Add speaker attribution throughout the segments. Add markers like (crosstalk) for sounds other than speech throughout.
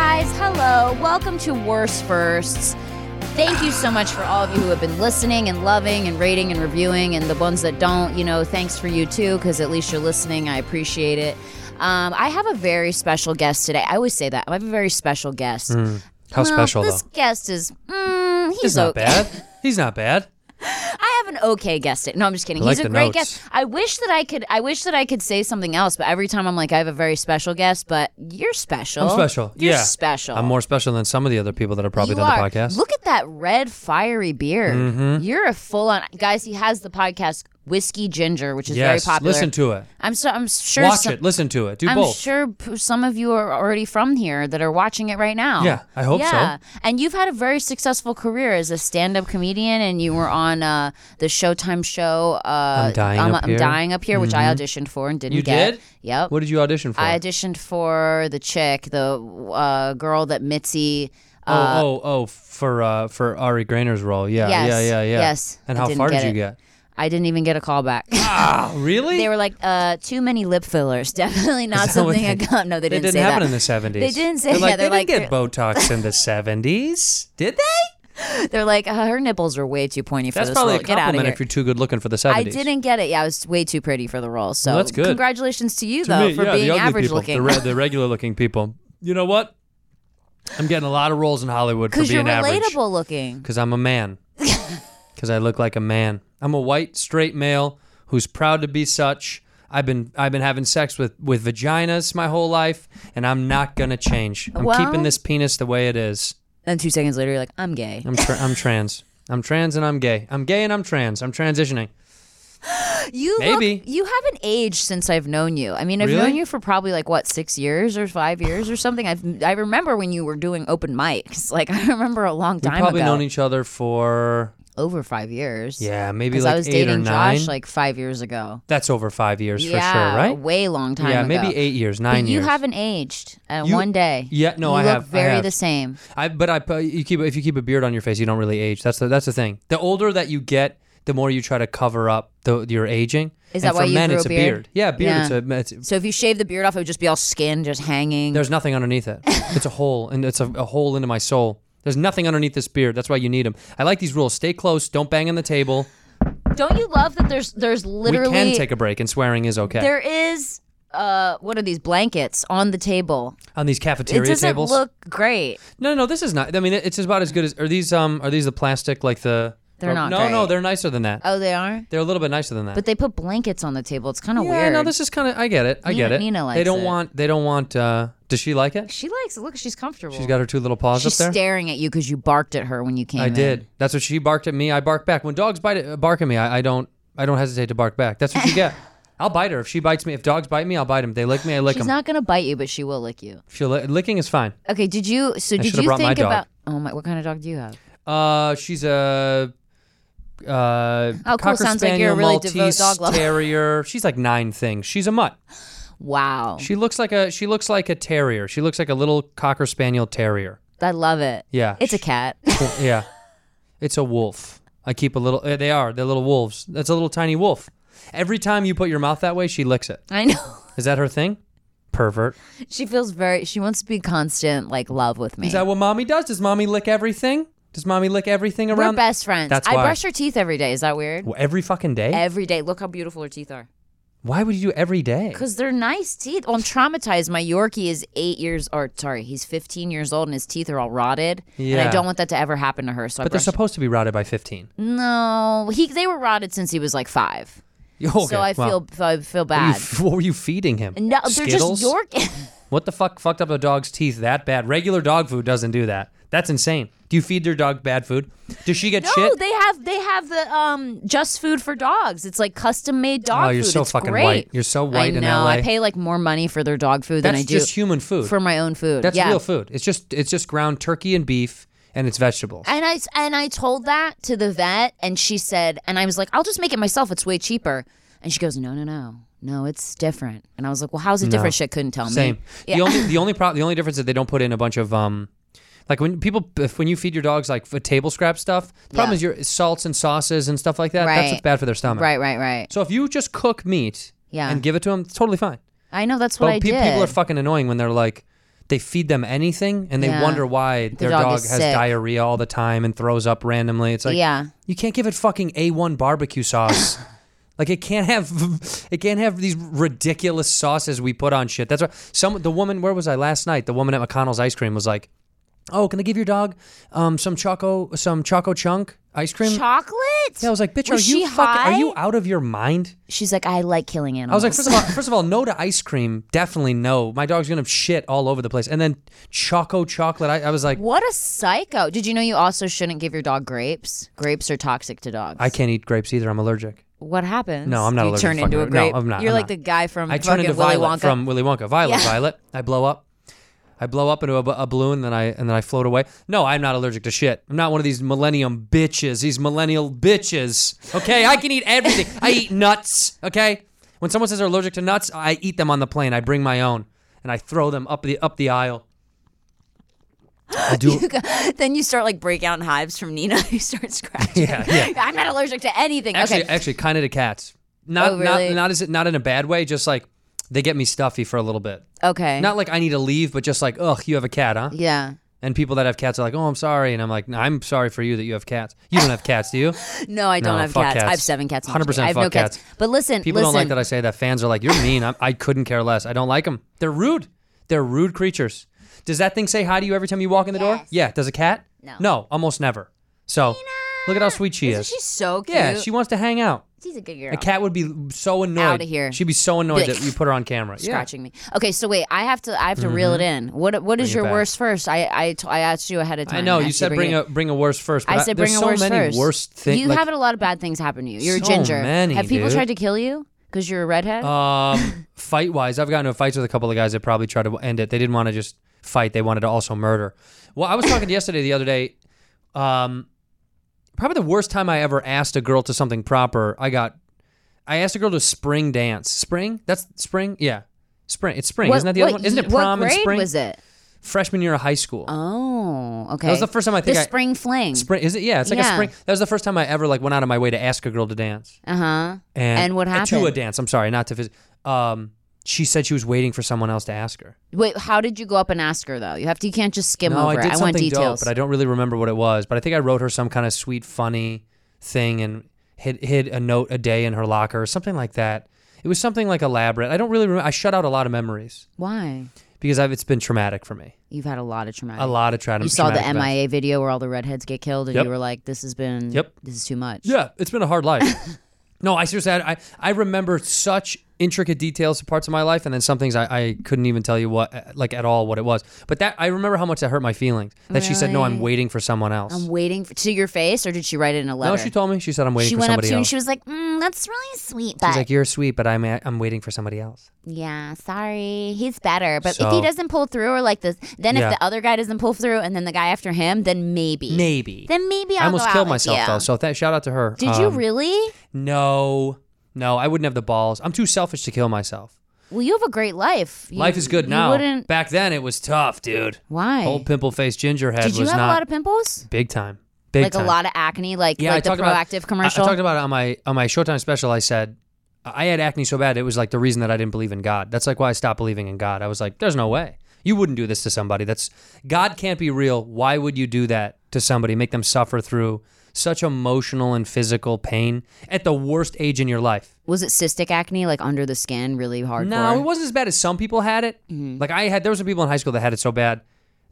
Speaker 1: Hello, welcome to Worst Firsts. Thank you so much for all of you who have been listening and loving and rating and reviewing, and the ones that don't, you know, thanks for you too, because at least you're listening. I appreciate it. Um, I have a very special guest today. I always say that. I have a very special guest.
Speaker 2: How
Speaker 1: Well,
Speaker 2: Mm, special
Speaker 1: this
Speaker 2: though?
Speaker 1: guest is, mm, he's,
Speaker 2: He's not
Speaker 1: okay.
Speaker 2: bad. He's not bad.
Speaker 1: (laughs) I have an okay guest. It. No, I'm just kidding.
Speaker 2: I
Speaker 1: He's
Speaker 2: like
Speaker 1: a
Speaker 2: the
Speaker 1: great
Speaker 2: notes.
Speaker 1: guest. I wish that I could. I wish that I could say something else, but every time I'm like, I have a very special guest. But you're special.
Speaker 2: I'm special.
Speaker 1: You're
Speaker 2: yeah,
Speaker 1: special.
Speaker 2: I'm more special than some of the other people that have probably
Speaker 1: You
Speaker 2: done
Speaker 1: are.
Speaker 2: the podcast. Mm-hmm.
Speaker 1: Look at that red fiery beard. You're a full on guys. He has the podcast Whiskey Ginger, which is
Speaker 2: yes,
Speaker 1: very popular.
Speaker 2: listen to it.
Speaker 1: I'm so I'm sure.
Speaker 2: Watch
Speaker 1: some-
Speaker 2: it. Listen to it. Do
Speaker 1: I'm
Speaker 2: both.
Speaker 1: sure p- some of you are already from here that are watching it right now.
Speaker 2: Yeah, I hope so.
Speaker 1: yeah. And you've had a very successful career as a stand-up comedian, and you were on uh, the Showtime show. Uh,
Speaker 2: I'm Dying
Speaker 1: I'm,
Speaker 2: Up
Speaker 1: I'm
Speaker 2: Here. Mm-hmm.
Speaker 1: dying up here, which I auditioned for and didn't
Speaker 2: You
Speaker 1: get.
Speaker 2: did?
Speaker 1: Yep.
Speaker 2: What did you audition for?
Speaker 1: I auditioned for the chick, the uh, girl that Mitzi.
Speaker 2: oh,
Speaker 1: uh,
Speaker 2: oh, oh, for uh, for Ari Grainer's role. Yeah,
Speaker 1: Yes,
Speaker 2: yeah, yeah, yeah.
Speaker 1: yes.
Speaker 2: And
Speaker 1: I
Speaker 2: how
Speaker 1: didn't
Speaker 2: far
Speaker 1: get
Speaker 2: did you
Speaker 1: it.
Speaker 2: get?
Speaker 1: I didn't even get a call back.
Speaker 2: Ah, really? (laughs)
Speaker 1: they were like, uh, too many lip fillers. (laughs) Definitely not
Speaker 2: Is that what
Speaker 1: something I
Speaker 2: they-
Speaker 1: got. No, they,
Speaker 2: It didn't,
Speaker 1: say
Speaker 2: happen
Speaker 1: that.
Speaker 2: in the 70s.
Speaker 1: They didn't say-
Speaker 2: They're
Speaker 1: yeah,
Speaker 2: like,
Speaker 1: they're
Speaker 2: they
Speaker 1: like-
Speaker 2: didn't get Botox in
Speaker 1: (laughs)
Speaker 2: the 70s, did they?
Speaker 1: (laughs) They're like, uh, her nipples are way too pointy for
Speaker 2: That's
Speaker 1: this
Speaker 2: probably
Speaker 1: role.
Speaker 2: a
Speaker 1: Get out of
Speaker 2: compliment
Speaker 1: here.
Speaker 2: if you're too good looking for the 70s.
Speaker 1: I didn't get it. Yeah, I was way too pretty for the role. So
Speaker 2: that's good.
Speaker 1: Congratulations to you
Speaker 2: To
Speaker 1: though
Speaker 2: me,
Speaker 1: for
Speaker 2: yeah,
Speaker 1: being
Speaker 2: the ugly
Speaker 1: average
Speaker 2: people, The,
Speaker 1: looking.
Speaker 2: re- the regular looking people. You know what? I'm getting a lot of roles in Hollywood for
Speaker 1: Because you're
Speaker 2: being average.
Speaker 1: relatable looking.
Speaker 2: Because I'm
Speaker 1: (laughs)
Speaker 2: a man. Because I look like a man. I'm a white straight male who's proud to be such. I've been I've been having sex with with vaginas my whole life, and I'm not gonna change. I'm
Speaker 1: Well-
Speaker 2: keeping this penis the way it is.
Speaker 1: Then two seconds later, you're like, I'm gay.
Speaker 2: I'm tra- I'm trans. I'm trans and I'm gay. I'm gay and I'm trans. I'm transitioning.
Speaker 1: You
Speaker 2: Maybe.
Speaker 1: look, you haven't aged since I've known you. I mean, I've
Speaker 2: Really?
Speaker 1: known you for probably like what six years or five years or something. I've I remember when you were doing open mics. (laughs) Like I remember a long time
Speaker 2: Probably
Speaker 1: ago,
Speaker 2: known each other for
Speaker 1: over five years.
Speaker 2: yeah maybe
Speaker 1: because
Speaker 2: like
Speaker 1: I was
Speaker 2: eight
Speaker 1: dating
Speaker 2: or nine.
Speaker 1: Josh like five years ago.
Speaker 2: That's over five years
Speaker 1: yeah,
Speaker 2: for sure,
Speaker 1: a
Speaker 2: right?
Speaker 1: way long time.
Speaker 2: yeah,
Speaker 1: ago.
Speaker 2: maybe eight years,
Speaker 1: But
Speaker 2: nine
Speaker 1: you
Speaker 2: years.
Speaker 1: haven't aged uh,
Speaker 2: You-
Speaker 1: one day.
Speaker 2: Yeah, no,
Speaker 1: you
Speaker 2: I
Speaker 1: look
Speaker 2: have, I
Speaker 1: Very
Speaker 2: have.
Speaker 1: the same.
Speaker 2: I but I but you keep if you keep a beard on your face, you don't really age. That's the that's the thing. The older that you get, the more you try to cover up the, your aging.
Speaker 1: Is
Speaker 2: And
Speaker 1: that why
Speaker 2: for
Speaker 1: you
Speaker 2: men,
Speaker 1: grew
Speaker 2: it's
Speaker 1: a
Speaker 2: a
Speaker 1: beard?
Speaker 2: beard? Yeah, beard.
Speaker 1: Yeah.
Speaker 2: It's a it's,
Speaker 1: So if you shave the beard off, it would just be all skin, just hanging.
Speaker 2: there's nothing underneath it. It's a hole, and it's a, a hole into my soul. There's nothing underneath this beard. That's why you need them. I like these rules. Stay close. Don't bang on the table.
Speaker 1: Don't you love that? There's there's literally
Speaker 2: we can take a break, and swearing is okay
Speaker 1: there is uh what are these blankets on the table?
Speaker 2: on these
Speaker 1: It
Speaker 2: cafeteria
Speaker 1: doesn't
Speaker 2: tables.
Speaker 1: look great.
Speaker 2: No, no, this is not. I mean, it- it's about as good as are these. Um, are these the plastic like the?
Speaker 1: They're not
Speaker 2: No, no,
Speaker 1: great.
Speaker 2: they're nicer than that.
Speaker 1: Oh, they are.
Speaker 2: They're a little bit nicer than that.
Speaker 1: But they put blankets on the table. It's kind of
Speaker 2: yeah,
Speaker 1: weird.
Speaker 2: no, this is kind of. I get it. I
Speaker 1: Nina-
Speaker 2: get it.
Speaker 1: Nina likes
Speaker 2: they don't
Speaker 1: it.
Speaker 2: want. They don't want. uh Does she like it?
Speaker 1: she likes it. Look, she's comfortable.
Speaker 2: She's got her two little paws
Speaker 1: She's
Speaker 2: up there.
Speaker 1: staring at you because you barked at her when you came
Speaker 2: I
Speaker 1: in.
Speaker 2: did. That's what she barked at me. I bark back. When dogs bite at, bark at me, I, I don't. I don't hesitate to bark back. That's what you
Speaker 1: (laughs)
Speaker 2: get. I'll bite her if she bites me. If dogs bite me, I'll bite them. They lick me, I lick
Speaker 1: She's
Speaker 2: them.
Speaker 1: not gonna bite you, but she will lick you.
Speaker 2: She'll li- licking is fine.
Speaker 1: Okay. Did you? So did
Speaker 2: should've
Speaker 1: you
Speaker 2: brought my
Speaker 1: think
Speaker 2: dog.
Speaker 1: about? Oh my! What kind of dog do you have?
Speaker 2: Uh, she's a. Uh,
Speaker 1: cool.
Speaker 2: Cocker
Speaker 1: Sounds like
Speaker 2: Spaniel,
Speaker 1: you're a really devout
Speaker 2: Maltese
Speaker 1: dog lover.
Speaker 2: terrier. She's like nine things. She's a mutt.
Speaker 1: Wow.
Speaker 2: She looks like a. She looks like a terrier. She looks like a little cocker spaniel terrier.
Speaker 1: I love it.
Speaker 2: Yeah.
Speaker 1: It's a cat. (laughs)
Speaker 2: Well, yeah. It's a wolf. I keep a little. eh, They are. They're little wolves. That's a little tiny wolf. Every time you put your mouth that way, she licks it.
Speaker 1: I know.
Speaker 2: Is that her thing? Pervert.
Speaker 1: She feels very. She wants to be constant, like love with me.
Speaker 2: Is that what mommy does? Does mommy lick everything? Does mommy lick everything
Speaker 1: We're
Speaker 2: around?
Speaker 1: best friends.
Speaker 2: That's
Speaker 1: I
Speaker 2: why.
Speaker 1: brush her teeth every day. Is that weird?
Speaker 2: Well, every fucking day.
Speaker 1: Every day. Look how beautiful her teeth are.
Speaker 2: Why would you do every day?
Speaker 1: Because they're nice teeth. Well, I'm traumatized. My Yorkie is eight years, or sorry, he's 15 years old, and his teeth are all rotted. And I
Speaker 2: Yeah.
Speaker 1: don't want that to ever happen to her. So I
Speaker 2: But they're
Speaker 1: brush.
Speaker 2: supposed to be rotted by fifteen.
Speaker 1: Mm, no, he they were rotted since he was like five.
Speaker 2: (laughs) Okay,
Speaker 1: so I
Speaker 2: well,
Speaker 1: feel I feel
Speaker 2: What were, you,
Speaker 1: bad.
Speaker 2: f- what were you feeding him?
Speaker 1: No,
Speaker 2: Skittles?
Speaker 1: they're (laughs) just Yorkie.
Speaker 2: What the fuck fucked up a dog's teeth that bad? Regular dog food doesn't do that. That's insane. Do you feed your dog bad food? Does she get
Speaker 1: No,
Speaker 2: shit?
Speaker 1: Oh, they have they have the um just food for dogs. It's like custom made dog
Speaker 2: Oh,
Speaker 1: food.
Speaker 2: you're so
Speaker 1: It's
Speaker 2: fucking
Speaker 1: great.
Speaker 2: white. You're so white
Speaker 1: I
Speaker 2: in
Speaker 1: know. I
Speaker 2: LA.
Speaker 1: pay like more money for their dog food than
Speaker 2: That's
Speaker 1: I do
Speaker 2: just human food.
Speaker 1: for my own food.
Speaker 2: That's
Speaker 1: yeah.
Speaker 2: real food. It's just it's just ground turkey and beef and it's vegetables.
Speaker 1: And I and I told that to the vet, and she said, and I was like, I'll just make it myself. It's way cheaper. And she goes, No, no, no, no, it's different. And I was like, Well, how's it different? Shit couldn't tell
Speaker 2: Same.
Speaker 1: me.
Speaker 2: The only the only problem the only difference is they don't put in a bunch of um like when people if, when you feed your dogs like f- table scrap stuff, the problem
Speaker 1: Yeah.
Speaker 2: is your salts and sauces and stuff like that.
Speaker 1: Right.
Speaker 2: That's what's bad for their
Speaker 1: (laughs)
Speaker 2: stomach.
Speaker 1: Right, right, right.
Speaker 2: So if you just cook meat
Speaker 1: Yeah.
Speaker 2: and give it to them, it's totally fine.
Speaker 1: I know that's what I
Speaker 2: pe-
Speaker 1: did.
Speaker 2: people are fucking annoying when they're like they feed them anything and they
Speaker 1: Yeah.
Speaker 2: wonder why their
Speaker 1: dog
Speaker 2: dog,
Speaker 1: is
Speaker 2: has
Speaker 1: sick.
Speaker 2: diarrhea all the time and throws up randomly. It's like
Speaker 1: Yeah.
Speaker 2: you can't give it fucking A1
Speaker 1: (laughs)
Speaker 2: barbecue sauce. like it can't have it can't have these ridiculous sauces we put on shit. That's why some the woman where was I last night? The woman at McConnell's ice cream was like, "Oh, can I give your dog um some choco some choco chunk ice cream?"
Speaker 1: Chocolate?
Speaker 2: yeah, I was like, "Bitch,
Speaker 1: Was
Speaker 2: are you
Speaker 1: she
Speaker 2: fucking
Speaker 1: high?
Speaker 2: are you out of your mind?"
Speaker 1: She's like, I like killing
Speaker 2: I
Speaker 1: animals.
Speaker 2: was like,
Speaker 1: (laughs)
Speaker 2: first of all, first of all, no to ice cream. Definitely no. My dog's gonna shit all over the place. And then choco chocolate. I, I was like,
Speaker 1: what a psycho. Did you know you also shouldn't give your dog grapes? Grapes are toxic to dogs.
Speaker 2: I can't eat grapes either. I'm allergic.
Speaker 1: what happens?
Speaker 2: No, I'm not
Speaker 1: You
Speaker 2: allergic
Speaker 1: turn
Speaker 2: to
Speaker 1: into a
Speaker 2: fucking- no,
Speaker 1: grape.
Speaker 2: I'm not,
Speaker 1: You're
Speaker 2: I'm
Speaker 1: like
Speaker 2: not.
Speaker 1: the guy from
Speaker 2: I turn
Speaker 1: fucking
Speaker 2: into
Speaker 1: Willy
Speaker 2: Violet
Speaker 1: Wonka.
Speaker 2: from Willy Wonka. Violet,
Speaker 1: Yeah.
Speaker 2: Violet. I blow up. I blow up into a, bu- a balloon, then I and then I float away. No, I'm not allergic to shit. I'm not one of these millennium bitches. These millennial bitches. Okay, I can eat everything. I
Speaker 1: (laughs)
Speaker 2: eat nuts. Okay, when someone says they're allergic to nuts, I eat them on the plane. I bring my own and I throw them up the up the aisle. I do.
Speaker 1: (laughs) then (laughs) you start like break out in hives from Nina. (laughs) You start scratching.
Speaker 2: yeah, yeah.
Speaker 1: (laughs) I'm not allergic to anything.
Speaker 2: Actually,
Speaker 1: okay.
Speaker 2: actually, kind of to cats. Not,
Speaker 1: Oh, really?
Speaker 2: not, not is it not in a bad way. Just like they get me stuffy for a little bit.
Speaker 1: okay.
Speaker 2: Not like I need to leave, but just like, ugh, you have a cat, huh?
Speaker 1: yeah.
Speaker 2: And people that have cats are like, oh, I'm sorry, and I'm like, "No, I'm sorry for you that you have cats. You don't have cats, do you?
Speaker 1: No, I don't
Speaker 2: No,
Speaker 1: have
Speaker 2: fuck
Speaker 1: cats.
Speaker 2: cats.
Speaker 1: I have seven cats. in the
Speaker 2: 100%
Speaker 1: tree. I have no
Speaker 2: fuck
Speaker 1: cats.
Speaker 2: cats.
Speaker 1: But listen,
Speaker 2: People
Speaker 1: listen.
Speaker 2: don't like that I say that. Fans are like, you're mean. I'm, I couldn't care less. I don't like them. They're rude. They're rude creatures. Does that thing say hi to you every time you walk in the door?
Speaker 1: Yes.
Speaker 2: Yeah. Does a cat?
Speaker 1: No.
Speaker 2: No, almost never. So, look at how sweet she
Speaker 1: Isn't
Speaker 2: is.
Speaker 1: she so cute?
Speaker 2: yeah, she wants to hang out.
Speaker 1: she's a good girl.
Speaker 2: A cat would be so annoyed.
Speaker 1: Outta here.
Speaker 2: She'd be so annoyed
Speaker 1: like,
Speaker 2: that you put her on camera. Yeah. Mm-hmm.
Speaker 1: scratching me. Okay, so wait, I have to I have to reel it in. What what is
Speaker 2: it
Speaker 1: your
Speaker 2: back.
Speaker 1: worst first? I I t- I asked you ahead of time.
Speaker 2: I know
Speaker 1: and
Speaker 2: you
Speaker 1: asked
Speaker 2: said bring
Speaker 1: it
Speaker 2: a bring a worse first.
Speaker 1: in.
Speaker 2: But
Speaker 1: I said
Speaker 2: I, there's
Speaker 1: bring
Speaker 2: so
Speaker 1: a worst
Speaker 2: many
Speaker 1: first.
Speaker 2: worst things.
Speaker 1: You have had a lot of bad things happen to you. You're a
Speaker 2: So
Speaker 1: ginger.
Speaker 2: many,
Speaker 1: have people
Speaker 2: dude.
Speaker 1: tried to kill you because you're a redhead?
Speaker 2: Um,
Speaker 1: (laughs)
Speaker 2: fight wise, I've gotten into fights with a couple of guys that probably tried to end it. They didn't want to just fight; they wanted to also murder. Well, I was talking (laughs) yesterday, the other day. Um, probably the worst time I ever asked a girl to something proper. I got, I asked a girl to a spring dance. Spring? That's spring? Yeah, spring. It's spring,
Speaker 1: What-
Speaker 2: isn't that the
Speaker 1: what
Speaker 2: other one? Isn't
Speaker 1: ye-
Speaker 2: it prom
Speaker 1: what
Speaker 2: and
Speaker 1: grade
Speaker 2: spring?
Speaker 1: was it?
Speaker 2: Freshman year of high school.
Speaker 1: Oh, okay.
Speaker 2: That was the first time I think
Speaker 1: the
Speaker 2: I-
Speaker 1: spring fling.
Speaker 2: Spring? Is it? Yeah, it's like
Speaker 1: Yeah.
Speaker 2: a spring. That was the first time I ever like went out of my way to ask a girl to dance.
Speaker 1: uh huh.
Speaker 2: And,
Speaker 1: And what
Speaker 2: uh,
Speaker 1: happened?
Speaker 2: To a dance. I'm sorry, not to. Phys- um, she said she was waiting for someone else to ask her.
Speaker 1: Wait, how did you go up and ask her though? You have to. You can't just skim
Speaker 2: no,
Speaker 1: over
Speaker 2: I
Speaker 1: it.
Speaker 2: did
Speaker 1: I want
Speaker 2: something dope,
Speaker 1: details.
Speaker 2: but I don't really remember what it was. But I think I wrote her some kind of sweet, funny thing and hid hid a note a day in her locker or something like that. It was something like elaborate. I don't really remember. I shut out a lot of memories
Speaker 1: Why?
Speaker 2: because I've, it's been traumatic for me.
Speaker 1: You've had a lot of traumatic.
Speaker 2: A lot of traumatic.
Speaker 1: You saw the
Speaker 2: traumatic events.
Speaker 1: MIA video where all the redheads get killed, and
Speaker 2: Yep.
Speaker 1: you were like, "This has been.
Speaker 2: Yep.
Speaker 1: This is too much."
Speaker 2: Yeah, it's been a
Speaker 1: (laughs)
Speaker 2: hard life. no, I seriously, I, I I remember such intricate details of parts of my life, and then some things I, I couldn't even tell you what, like at all, what it was. But that I remember how much that hurt my feelings. That she said, "No, I'm waiting for someone else."
Speaker 1: I'm waiting for, to your face, or did she write it in a letter?
Speaker 2: no, she told me. She said, "I'm waiting
Speaker 1: She
Speaker 2: for
Speaker 1: went up to
Speaker 2: somebody
Speaker 1: you and
Speaker 2: else."
Speaker 1: she was like, mm, "That's really sweet, but
Speaker 2: She's like, "You're sweet, but I'm I'm waiting for somebody else."
Speaker 1: yeah, sorry, he's better. But if he
Speaker 2: So-
Speaker 1: doesn't pull through, or like this, then
Speaker 2: Yeah.
Speaker 1: if the other guy doesn't pull through, and then the guy after him, then maybe,
Speaker 2: Maybe.
Speaker 1: then maybe I'll
Speaker 2: I almost
Speaker 1: go
Speaker 2: killed
Speaker 1: out with
Speaker 2: myself
Speaker 1: you.
Speaker 2: though. So that shout out to her.
Speaker 1: Did you
Speaker 2: Um,
Speaker 1: really?
Speaker 2: No, no, I wouldn't have the balls. I'm too selfish to kill myself.
Speaker 1: Well, you have a great life. You-
Speaker 2: Life is good
Speaker 1: you
Speaker 2: now.
Speaker 1: Wouldn't
Speaker 2: Back then, it was tough, dude.
Speaker 1: why?
Speaker 2: Old pimple faced ginger head
Speaker 1: Did you
Speaker 2: was
Speaker 1: have
Speaker 2: not
Speaker 1: a lot of pimples?
Speaker 2: big time. Big
Speaker 1: like
Speaker 2: time.
Speaker 1: a lot of acne, like
Speaker 2: Yeah,
Speaker 1: like
Speaker 2: I
Speaker 1: the
Speaker 2: talked about-
Speaker 1: proactive
Speaker 2: I-
Speaker 1: commercial.
Speaker 2: I, talked about it on my on my Showtime special. I said I had acne so bad it was like the reason that I didn't believe in God. That's like why I stopped believing in God. I was like, there's no way you wouldn't do this to somebody. That's God can't be real. Why would you do that to somebody? Make them suffer through such emotional and physical pain at the worst age in your life.
Speaker 1: was it cystic acne, like under the skin, really hard?
Speaker 2: No, it wasn't as bad as some people had it.
Speaker 1: Mm-hmm.
Speaker 2: Like I had, there were some people in high school that had it so bad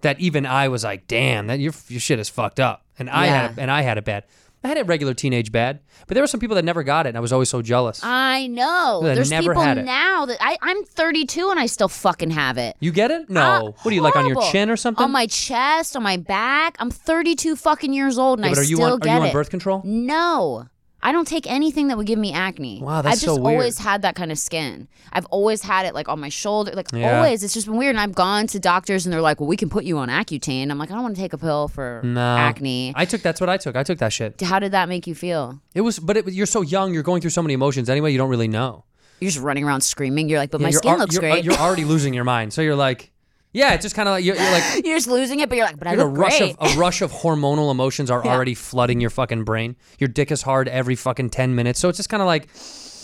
Speaker 2: that even I was like, "Damn, that your your shit is fucked up." And I had,
Speaker 1: Yeah.
Speaker 2: and I had it bad. I had it regular teenage bad, but there were some people that never got it, and I was always so jealous.
Speaker 1: I know.
Speaker 2: Yeah,
Speaker 1: There's
Speaker 2: never
Speaker 1: people
Speaker 2: had it.
Speaker 1: now that I, I'm 32 and I still fucking have it.
Speaker 2: you get it? No.
Speaker 1: Ah,
Speaker 2: what do you like on your
Speaker 1: horrible.
Speaker 2: chin or something?
Speaker 1: On my chest, on my back. I'm 32 fucking years old and
Speaker 2: Yeah, but
Speaker 1: I
Speaker 2: are you
Speaker 1: still
Speaker 2: on,
Speaker 1: get
Speaker 2: are you on
Speaker 1: it.
Speaker 2: birth control?
Speaker 1: No. I don't take anything that would give me acne.
Speaker 2: Wow, that's
Speaker 1: I've just
Speaker 2: so weird.
Speaker 1: always had that kind of skin. I've always had it like on my shoulder, like
Speaker 2: Yeah.
Speaker 1: always. It's just been weird. And I've gone to doctors and they're like, "Well, we can put you on Accutane." I'm like, "I don't want to take a pill for
Speaker 2: No.
Speaker 1: acne."
Speaker 2: I took that's what I took. I took that shit.
Speaker 1: How did that make you feel?
Speaker 2: It was, but it, you're so young. You're going through so many emotions anyway. You don't really know.
Speaker 1: You're just running around screaming. You're like, "But
Speaker 2: Yeah,
Speaker 1: my
Speaker 2: you're
Speaker 1: skin
Speaker 2: ar-
Speaker 1: looks
Speaker 2: you're-
Speaker 1: great."
Speaker 2: You're already losing your mind. So you're like, Yeah, it's just kind of like you're, you're like
Speaker 1: (laughs) You're just losing it, but you're like, but I
Speaker 2: a
Speaker 1: look
Speaker 2: rush
Speaker 1: great.
Speaker 2: of a rush of hormonal emotions are
Speaker 1: (laughs) Yeah.
Speaker 2: already flooding your fucking brain. Your dick is hard every fucking ten minutes, so it's just kind of like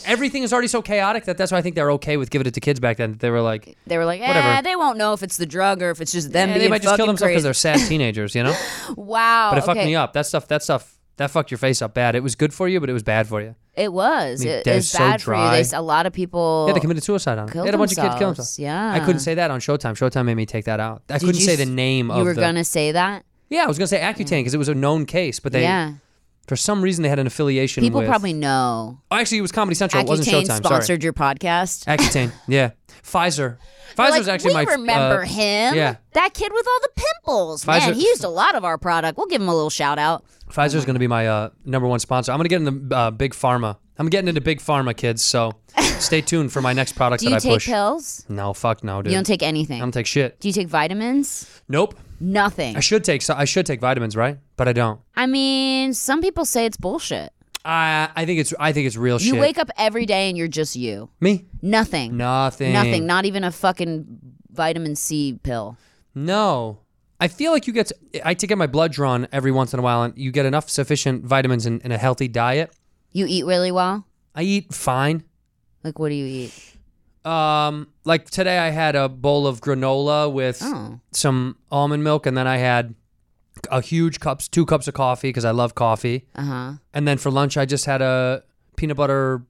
Speaker 2: everything is already so chaotic that that's why I think they're okay with giving it to kids back then. They were like,
Speaker 1: they were like, eh,
Speaker 2: Whatever.
Speaker 1: they won't know if it's the drug or if it's just them
Speaker 2: eh,
Speaker 1: being
Speaker 2: they might just kill
Speaker 1: fucking
Speaker 2: themselves because
Speaker 1: crazy.
Speaker 2: they're sad
Speaker 1: (laughs)
Speaker 2: teenagers, you know.
Speaker 1: Wow.
Speaker 2: But it fucked
Speaker 1: okay.
Speaker 2: me up. That stuff. That stuff. That fucked your face up bad. It was good for you, but it was bad for you.
Speaker 1: It was.
Speaker 2: I mean,
Speaker 1: It-
Speaker 2: they're
Speaker 1: it's
Speaker 2: so
Speaker 1: bad for
Speaker 2: dry.
Speaker 1: you. They, a lot of people.
Speaker 2: Yeah, they committed suicide on it. They
Speaker 1: killed
Speaker 2: had a bunch of kids kill
Speaker 1: themselves.
Speaker 2: themselves.
Speaker 1: Yeah.
Speaker 2: I couldn't say that on Showtime. Showtime made me take that out. I
Speaker 1: Did
Speaker 2: couldn't
Speaker 1: you
Speaker 2: say
Speaker 1: s-
Speaker 2: the name
Speaker 1: you
Speaker 2: of
Speaker 1: were
Speaker 2: the.
Speaker 1: gonna say that.
Speaker 2: yeah, I was gonna say Accutane because it was a known case, but they
Speaker 1: yeah.
Speaker 2: for some reason they had an affiliation.
Speaker 1: People
Speaker 2: with-
Speaker 1: probably know.
Speaker 2: Oh, actually, it was Comedy Central. It wasn't
Speaker 1: Accutane
Speaker 2: Showtime. Sorry.
Speaker 1: sponsored your podcast. (laughs)
Speaker 2: Accutane. Yeah. Pfizer. Pfizer
Speaker 1: Like,
Speaker 2: was actually
Speaker 1: we
Speaker 2: my.
Speaker 1: remember
Speaker 2: uh,
Speaker 1: him.
Speaker 2: yeah.
Speaker 1: That kid with all the pimples. Man,
Speaker 2: Pfizer-
Speaker 1: he used a lot of our product. We'll give him a little shout out.
Speaker 2: Pfizer's going to be my uh, number one sponsor. I'm going to get into uh, big pharma. I'm getting into big pharma, kids.
Speaker 1: (laughs)
Speaker 2: So stay tuned for my next product
Speaker 1: Do you
Speaker 2: that I
Speaker 1: take
Speaker 2: push.
Speaker 1: pills?
Speaker 2: No, fuck no, dude.
Speaker 1: You don't take anything.
Speaker 2: I don't take shit.
Speaker 1: Do you take vitamins?
Speaker 2: Nope.
Speaker 1: Nothing.
Speaker 2: I should take. So I should take vitamins, right? But I don't.
Speaker 1: I mean, some people say it's bullshit.
Speaker 2: I I think it's I think it's real shit.
Speaker 1: You wake up every day and you're just you.
Speaker 2: me.
Speaker 1: Nothing.
Speaker 2: Nothing.
Speaker 1: Nothing. Not even a fucking vitamin C pill.
Speaker 2: No. I feel like you get. To, I to get my blood drawn every once in a while, and you get enough sufficient vitamins and, and a healthy diet.
Speaker 1: You eat really well?
Speaker 2: I eat fine.
Speaker 1: Like, what do you eat?
Speaker 2: Um, like today I had a bowl of granola with
Speaker 1: Oh.
Speaker 2: some almond milk, and then I had a huge cups, two cups of coffee because I love coffee.
Speaker 1: Uh huh.
Speaker 2: And then for lunch I just had a peanut butter,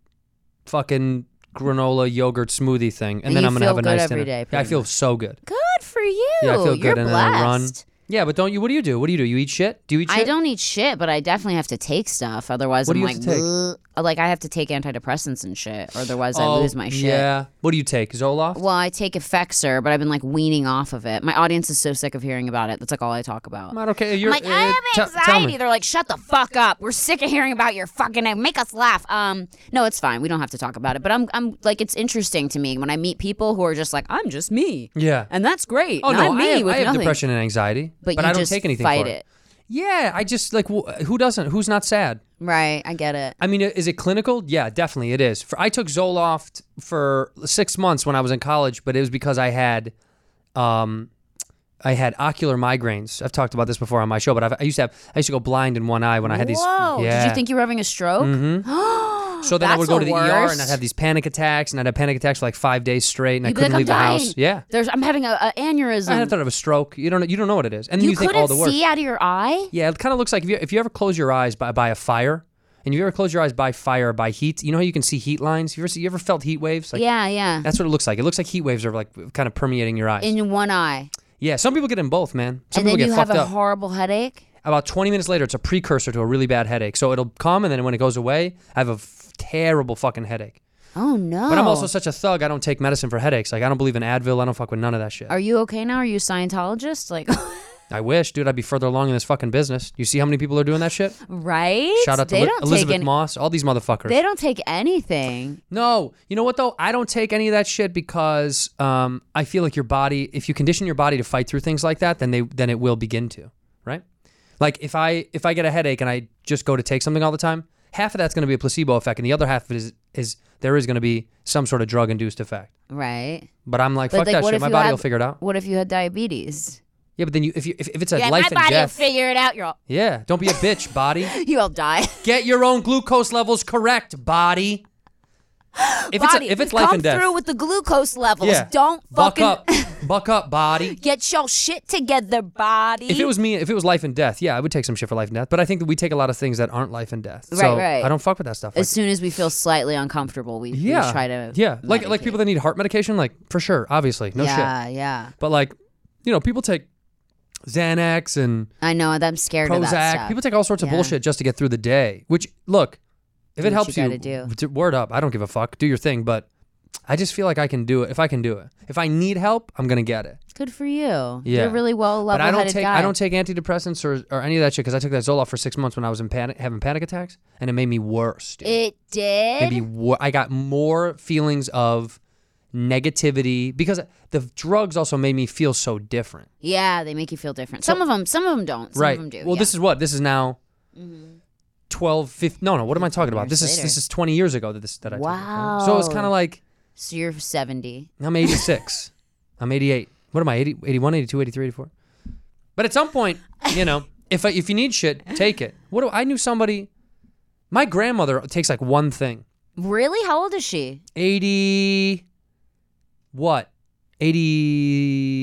Speaker 2: fucking granola yogurt smoothie thing. And,
Speaker 1: And
Speaker 2: then
Speaker 1: you
Speaker 2: I'm gonna
Speaker 1: feel
Speaker 2: have a
Speaker 1: good
Speaker 2: nice
Speaker 1: every
Speaker 2: dinner.
Speaker 1: day,
Speaker 2: yeah, I
Speaker 1: pretty
Speaker 2: feel so good.
Speaker 1: Good for you.
Speaker 2: Yeah, I feel good,
Speaker 1: You're
Speaker 2: and then
Speaker 1: blessed.
Speaker 2: I run. Yeah, but don't you? What do you do? What do you do? You eat shit? Do you eat shit?
Speaker 1: I don't eat shit, but I definitely have to take stuff. Otherwise,
Speaker 2: What do
Speaker 1: I'm
Speaker 2: you
Speaker 1: like,
Speaker 2: have to take?
Speaker 1: "Bleh." like I have to take antidepressants and shit. Or otherwise, I
Speaker 2: Oh,
Speaker 1: lose my shit.
Speaker 2: Yeah. What do you take? Zoloft.
Speaker 1: Well, I take Effexor, but I've been like weaning off of it. My audience is so sick of hearing about it. That's like all I talk about.
Speaker 2: I'm not okay. You're
Speaker 1: I'm like, I
Speaker 2: uh,
Speaker 1: have
Speaker 2: te- tell me.
Speaker 1: anxiety. They're like, shut the fuck up. We're sick of hearing about your fucking name. Make us laugh. Um, no, it's fine. We don't have to talk about it. But I'm, I'm like, it's interesting to me when I meet people who are just like, I'm just me,
Speaker 2: Yeah.
Speaker 1: and that's great.
Speaker 2: Oh
Speaker 1: and
Speaker 2: no,
Speaker 1: I'm
Speaker 2: I
Speaker 1: me
Speaker 2: have,
Speaker 1: with
Speaker 2: I have
Speaker 1: nothing.
Speaker 2: depression and anxiety,
Speaker 1: But,
Speaker 2: but,
Speaker 1: you
Speaker 2: I don't
Speaker 1: just
Speaker 2: take anything
Speaker 1: Fight
Speaker 2: for it.
Speaker 1: it.
Speaker 2: Yeah, I just like wh- who doesn't? Who's not sad?
Speaker 1: Right. I get it.
Speaker 2: I mean, is it clinical? Yeah, definitely it is. For I took Zoloft for six months when I was in college, but it was because I had, um, I had ocular migraines. I've talked about this before on my show, but I've, I used to have, I used to go blind in one eye when I had these.
Speaker 1: Whoa.
Speaker 2: Yeah. Mm-hmm.
Speaker 1: Did you think you were having a stroke?
Speaker 2: So then I
Speaker 1: That's
Speaker 2: would go
Speaker 1: the
Speaker 2: to the ER
Speaker 1: worst.
Speaker 2: and I'd have these panic attacks, and I'd have panic attacks for like five days straight, and I
Speaker 1: You'd be
Speaker 2: couldn't
Speaker 1: like, I'm dying.
Speaker 2: leave the house. Yeah,
Speaker 1: There's, I'm having a, a aneurysm.
Speaker 2: I had thought of a stroke. You don't know, you don't know what it is, and
Speaker 1: Um,
Speaker 2: then
Speaker 1: you
Speaker 2: you, think all
Speaker 1: couldn't
Speaker 2: the work.
Speaker 1: see out of your eye.
Speaker 2: Yeah, it kind of looks like if you, if you ever close your eyes by, by a fire, and you ever close your eyes by fire or by heat. You know how you can see heat lines. You ever see, you ever felt heat waves? Like,
Speaker 1: yeah. Yeah.
Speaker 2: That's what it looks like. It looks like heat waves are like kind of permeating your eyes.
Speaker 1: In one eye,
Speaker 2: yeah, some people get in both, man. Some
Speaker 1: and
Speaker 2: people
Speaker 1: then
Speaker 2: get
Speaker 1: you have
Speaker 2: fucked
Speaker 1: a
Speaker 2: up.
Speaker 1: horrible headache.
Speaker 2: About 20 minutes later, it's a precursor to a really bad headache. So it'll come, and then when it goes away, I have a f- terrible fucking headache.
Speaker 1: Oh no!
Speaker 2: But I'm also such a thug. I don't take medicine for headaches. Like I don't believe in Advil. I don't fuck with none of that shit.
Speaker 1: Are you okay now? Are you a Scientologist? Like, (laughs)
Speaker 2: I wish, dude. I'd be further along in this fucking business. You see how many people are doing that shit?
Speaker 1: right?
Speaker 2: Shout out to
Speaker 1: they
Speaker 2: Li-
Speaker 1: don't
Speaker 2: Elizabeth
Speaker 1: take any-
Speaker 2: Moss. All these motherfuckers.
Speaker 1: They don't take anything.
Speaker 2: No, you know what though? I don't take any of that shit because um, I feel like your body. If you condition your body to fight through things like that, then they then it will begin to, right? Like if I if I get a headache and I just go to take something all the time, half of that's going to be a placebo effect, and the other half of it is is there is going to be some sort of drug induced effect.
Speaker 1: Right.
Speaker 2: But I'm like,
Speaker 1: But,
Speaker 2: fuck
Speaker 1: like,
Speaker 2: that
Speaker 1: what
Speaker 2: shit.
Speaker 1: if
Speaker 2: My
Speaker 1: you
Speaker 2: body
Speaker 1: had-
Speaker 2: will figure it out.
Speaker 1: What if you had diabetes?
Speaker 2: Yeah, but then you if you if, if it's a life and death,
Speaker 1: figure it out. You're all,
Speaker 2: yeah, don't be a bitch, body.
Speaker 1: (laughs) you all die.
Speaker 2: Get your own glucose levels correct, body. If
Speaker 1: Body,
Speaker 2: it's a, if it's
Speaker 1: come
Speaker 2: life and death,
Speaker 1: through with the glucose levels.
Speaker 2: yeah,
Speaker 1: Don't
Speaker 2: buck
Speaker 1: fucking (laughs)
Speaker 2: up, buck up, body.
Speaker 1: get your shit together, body.
Speaker 2: If it was me, if it was life and death, yeah, I would take some shit for life and death. But I think that we take a lot of things that aren't life and death. so
Speaker 1: Right, right.
Speaker 2: I don't fuck with that stuff. Like,
Speaker 1: as soon as we feel slightly uncomfortable, we, we
Speaker 2: yeah,
Speaker 1: try to
Speaker 2: yeah, like like
Speaker 1: medicate.
Speaker 2: people that need heart medication, like for sure, obviously, no shit.
Speaker 1: yeah yeah.
Speaker 2: But like, you know, people take Xanax and
Speaker 1: I know. I'm scared of that
Speaker 2: Prozac.
Speaker 1: stuff.
Speaker 2: People take all sorts of
Speaker 1: Yeah.
Speaker 2: bullshit just to get through the day. Which look, if
Speaker 1: Do what
Speaker 2: it
Speaker 1: you
Speaker 2: helps you,
Speaker 1: gotta do.
Speaker 2: d- word up. I don't give a fuck. Do your thing, but. I just feel like I can do it. If I can do it, if I need help, I'm gonna get it.
Speaker 1: Good for you.
Speaker 2: Yeah.
Speaker 1: You're really well
Speaker 2: But I
Speaker 1: level-headed
Speaker 2: don't take
Speaker 1: guy.
Speaker 2: I don't take antidepressants or, or any of that shit because I took that Zoloft for six months when I was in panic having panic attacks and it made me worse. Dude.
Speaker 1: it did.
Speaker 2: Maybe wor- I got more feelings of negativity because the drugs also made me feel so different.
Speaker 1: Yeah, they make you feel different. Some of them, some of them don't. Some
Speaker 2: right.
Speaker 1: of them do.
Speaker 2: well,
Speaker 1: yeah. Mm-hmm.
Speaker 2: this is what this is now. 12, 15, no, no. What am I talking about? This
Speaker 1: years
Speaker 2: is
Speaker 1: later.
Speaker 2: this is twenty years ago that this that I. took it, right? So it was
Speaker 1: Wow.
Speaker 2: kind of like
Speaker 1: so you're 70.
Speaker 2: (laughs) I'm eighty six, I'm eighty eight. What am I? 80, 81, 82, 83, 84. But at some point,
Speaker 1: (laughs)
Speaker 2: you know, if I, if you need shit, take it. What do I knew somebody? My grandmother takes like one thing.
Speaker 1: Really? How old is she?
Speaker 2: 80 what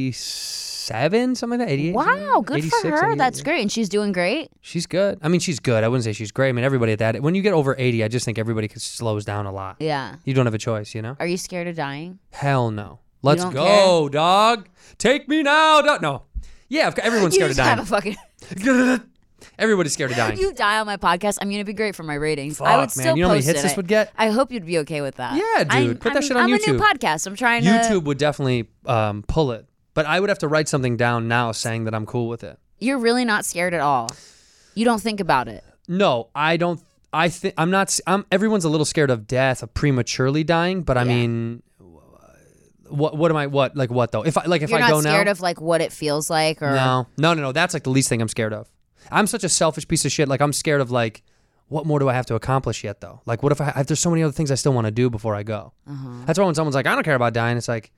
Speaker 2: 87 something like that 88
Speaker 1: Wow, good
Speaker 2: 86,
Speaker 1: for her.
Speaker 2: 88,
Speaker 1: That's
Speaker 2: yeah.
Speaker 1: great. And she's doing great.
Speaker 2: she's good i mean she's good i wouldn't say she's great i mean everybody at that when you get over 80 i just think everybody c- slows down a lot
Speaker 1: Yeah.
Speaker 2: you don't have a choice you know
Speaker 1: Are you scared of dying?
Speaker 2: hell no let's
Speaker 1: don't
Speaker 2: go dog take me now dog. no yeah of cou- everyone's
Speaker 1: you
Speaker 2: scared
Speaker 1: just
Speaker 2: of
Speaker 1: have a
Speaker 2: dying
Speaker 1: fucking.
Speaker 2: (laughs) everybody's scared of dying
Speaker 1: you die on my podcast. I'm gonna be great for my ratings.
Speaker 2: Fuck,
Speaker 1: I would
Speaker 2: man.
Speaker 1: still
Speaker 2: You know how many
Speaker 1: post
Speaker 2: hits
Speaker 1: it.
Speaker 2: this would get?
Speaker 1: I hope you'd be okay with that.
Speaker 2: Yeah,
Speaker 1: I'm-
Speaker 2: dude. Put that
Speaker 1: I'm-
Speaker 2: shit on
Speaker 1: I'm a
Speaker 2: YouTube.
Speaker 1: new podcast. I'm trying to.
Speaker 2: youtube would definitely um, pull it but i would have to write something down now saying that i'm cool with it
Speaker 1: You're really not scared at all. You don't think about it.
Speaker 2: No, I don't. I think I'm not. s- I'm. Everyone's a little scared of death, of prematurely dying. But I mean, what? What am I? What? Like what though? If I like, if
Speaker 1: You're
Speaker 2: I go
Speaker 1: not scared
Speaker 2: now,
Speaker 1: of like what it feels like or
Speaker 2: no, no, no, no. That's like the least thing I'm scared of. I'm such a selfish piece of shit. Like I'm scared of like, what more do I have to accomplish yet though? Like what if I? If there's so many other things I still want to do before I go.
Speaker 1: Uh-huh.
Speaker 2: That's why when someone's like, I don't care about dying, it's like,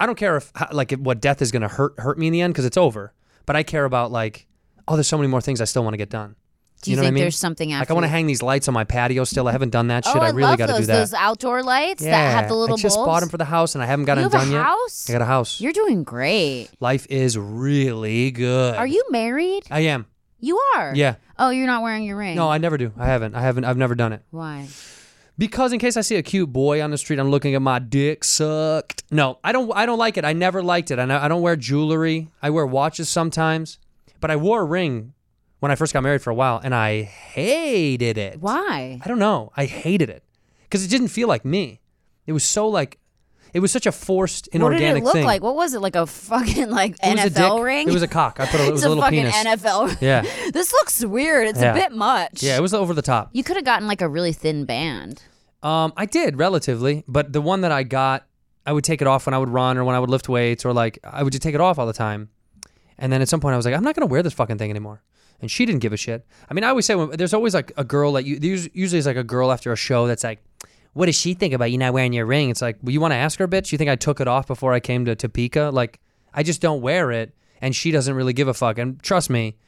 Speaker 2: I don't care if how- like if, what death is gonna hurt hurt me in the end because it's over. But I care about like, oh, there's so many more things I still want to get done.
Speaker 1: do you,
Speaker 2: know what
Speaker 1: think
Speaker 2: I mean?
Speaker 1: there's something after?
Speaker 2: Like I want to
Speaker 1: you-
Speaker 2: hang these lights on my patio still. I haven't done that shit.
Speaker 1: Oh,
Speaker 2: I,
Speaker 1: I,
Speaker 2: really
Speaker 1: love
Speaker 2: got to
Speaker 1: those.
Speaker 2: do that.
Speaker 1: Those outdoor lights that have the little
Speaker 2: I just
Speaker 1: bulbs.
Speaker 2: bought them for the house and I haven't gotten
Speaker 1: You have a
Speaker 2: done yet.
Speaker 1: house?
Speaker 2: I got a house.
Speaker 1: You're doing great.
Speaker 2: Life is really good.
Speaker 1: Are you married?
Speaker 2: I am.
Speaker 1: You are.
Speaker 2: Yeah.
Speaker 1: Oh, you're not wearing your ring.
Speaker 2: No, I never do. I haven't. I haven't. I've never done it.
Speaker 1: Why?
Speaker 2: Because in case I see a cute boy on the street, I'm looking at my dick sucked. No, I don't. I don't like it. I never liked it. I know- I don't wear jewelry. I wear watches sometimes, but I wore a ring when I first got married for a while, and I hated it.
Speaker 1: Why?
Speaker 2: I don't know. I hated it because it didn't feel like me. It was so like, it was such a forced,
Speaker 1: What
Speaker 2: inorganic
Speaker 1: did it look
Speaker 2: thing.
Speaker 1: like? What was it like? A fucking like
Speaker 2: it was a
Speaker 1: NFL
Speaker 2: dick.
Speaker 1: ring?
Speaker 2: It was a cock. I put a,
Speaker 1: (laughs)
Speaker 2: it
Speaker 1: It's
Speaker 2: was a little
Speaker 1: fucking
Speaker 2: penis.
Speaker 1: NFL. ring.
Speaker 2: Yeah,
Speaker 1: (laughs) This looks weird. It's
Speaker 2: Yeah.
Speaker 1: a bit much.
Speaker 2: yeah. It was over the top.
Speaker 1: You could have gotten like a really thin band.
Speaker 2: Um, I did relatively, but the one that I got, I would take it off when I would run or when I would lift weights or like I would just take it off all the time. And then at some point I was like, I'm not gonna wear this fucking thing anymore. And she didn't give a shit. I mean, I always say when, there's always like a girl that you there's usually is like a girl after a show that's like, what does she think about you not wearing your ring? It's like, well, you want to ask her, bitch? You think I took it off before I came to Topeka? Like, I just don't wear it, and she doesn't really give a fuck. And trust me,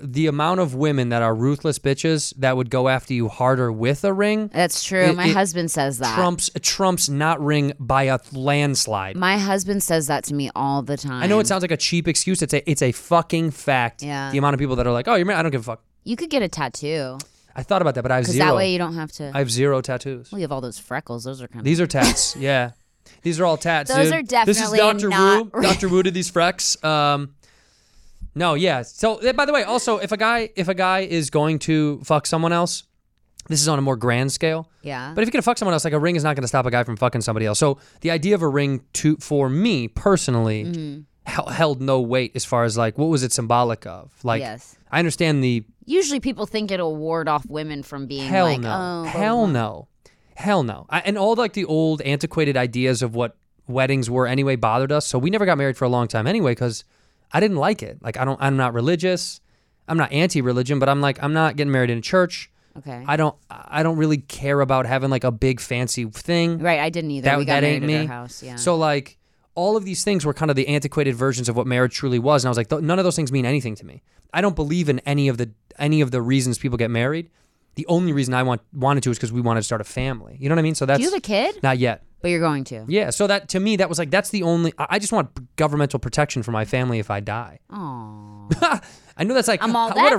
Speaker 2: the amount of women that are ruthless bitches that would go after you harder with a ring
Speaker 1: That's true.
Speaker 2: It-
Speaker 1: My
Speaker 2: it
Speaker 1: husband says that.
Speaker 2: Trump's Trump's not ring by a landslide.
Speaker 1: My husband says that to me all the time.
Speaker 2: I know it sounds like a cheap excuse. It's a it's a fucking fact.
Speaker 1: Yeah.
Speaker 2: The amount of people that are like, oh, you're married. I don't give a fuck.
Speaker 1: You could get a tattoo
Speaker 2: I thought about that, but I have
Speaker 1: because
Speaker 2: zero.
Speaker 1: that way you don't have to.
Speaker 2: I have zero tattoos.
Speaker 1: well, you have all those freckles. Those are kind of.
Speaker 2: These
Speaker 1: (laughs)
Speaker 2: are tats. yeah. These are all tats.
Speaker 1: Those
Speaker 2: dude.
Speaker 1: are
Speaker 2: This is
Speaker 1: definitely
Speaker 2: Doctor Wu.
Speaker 1: not real.
Speaker 2: Doctor Wu did these frecs. Um, no, yeah. So eh, by the way, also if a guy if a guy is going to fuck someone else, this is on a more grand scale.
Speaker 1: Yeah.
Speaker 2: But if you're gonna fuck someone else, like a ring is not gonna stop a guy from fucking somebody else. So the idea of a ring to for me personally
Speaker 1: Mm-hmm.
Speaker 2: hel- held no weight as far as like what was it symbolic of? Like
Speaker 1: Yes.
Speaker 2: I understand the
Speaker 1: Usually people think it'll ward off women from being
Speaker 2: hell
Speaker 1: like,
Speaker 2: no,
Speaker 1: oh, blah,
Speaker 2: hell no, hell no, I, and all like the old antiquated ideas of what weddings were anyway bothered us. So we never got married for a long time anyway because I didn't like it. Like I don't, I'm not religious. I'm not anti-religion, but I'm like I'm not getting married in a church.
Speaker 1: blah." Okay.
Speaker 2: I don't, I don't really care about having like a big fancy thing.
Speaker 1: right. I didn't either.
Speaker 2: That-
Speaker 1: we got
Speaker 2: that
Speaker 1: married
Speaker 2: ain't
Speaker 1: at
Speaker 2: me.
Speaker 1: our house. Yeah.
Speaker 2: So like all of these things were kind of the antiquated versions of what marriage truly was, and I was like, th- none of those things mean anything to me. I don't believe in any of the any of the reasons people get married. The only reason I want wanted to is because we wanted to start a family. You know what I mean? So that's
Speaker 1: Do you have a kid?
Speaker 2: not yet.
Speaker 1: But you're going to.
Speaker 2: Yeah. So that to me, that was like that's the only. I, I just want governmental protection for my family if I die. (laughs)
Speaker 1: Aw.
Speaker 2: I know that's like
Speaker 1: Oh. I'm all
Speaker 2: what
Speaker 1: that's
Speaker 2: a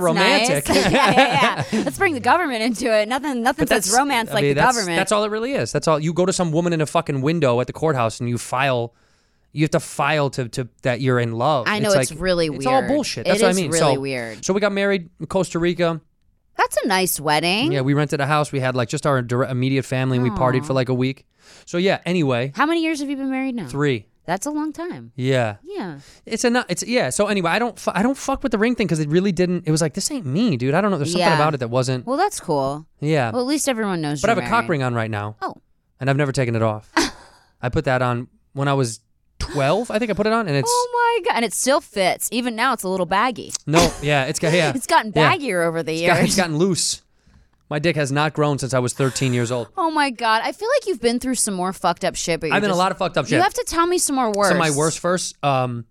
Speaker 1: (laughs)
Speaker 2: romantic.
Speaker 1: Nice. yeah, yeah,
Speaker 2: (laughs)
Speaker 1: yeah. Let's bring the government into it. Nothing, nothing says romance
Speaker 2: I
Speaker 1: like
Speaker 2: mean,
Speaker 1: the
Speaker 2: that's,
Speaker 1: government.
Speaker 2: That's all it really is. That's all. You go to some woman in a fucking window at the courthouse and you file. You have to file to, to that you're in love.
Speaker 1: I know, it's
Speaker 2: like,
Speaker 1: really
Speaker 2: It's all
Speaker 1: weird.
Speaker 2: bullshit.
Speaker 1: It
Speaker 2: That's what I
Speaker 1: is
Speaker 2: mean.
Speaker 1: really
Speaker 2: so,
Speaker 1: weird.
Speaker 2: So we got married in Costa Rica.
Speaker 1: That's a nice wedding.
Speaker 2: Yeah, we rented a house. We had like just our direct, immediate family. and We partied for like a week. So yeah. Anyway,
Speaker 1: How many years have you been married now?
Speaker 2: three.
Speaker 1: That's a long time.
Speaker 2: Yeah.
Speaker 1: Yeah.
Speaker 2: It's a not. It's yeah. So anyway, I don't. Fu- I don't fuck with the ring thing because it really didn't. It was like this ain't me, dude. I don't know. There's something
Speaker 1: Yeah.
Speaker 2: about it that wasn't.
Speaker 1: Well, that's cool.
Speaker 2: yeah.
Speaker 1: Well, at least everyone knows.
Speaker 2: But I
Speaker 1: you're
Speaker 2: have a cock
Speaker 1: married.
Speaker 2: ring on right now.
Speaker 1: Oh.
Speaker 2: And I've never taken
Speaker 1: (laughs)
Speaker 2: it off. I put that on when I was 12, I think I put it on, and it's
Speaker 1: Oh my god! And it still fits. Even now, it's a little baggy.
Speaker 2: no, yeah, it's got yeah.
Speaker 1: (laughs) It's gotten
Speaker 2: Yeah.
Speaker 1: baggier over the
Speaker 2: It's got-
Speaker 1: years. (laughs)
Speaker 2: it's gotten loose. My dick has not grown since I was 13 years old.
Speaker 1: Oh my god, I feel like you've been through some more fucked up shit. But
Speaker 2: I've been
Speaker 1: just,
Speaker 2: a lot of fucked up shit.
Speaker 1: You have to tell me some more words.
Speaker 2: So my worst first. Um,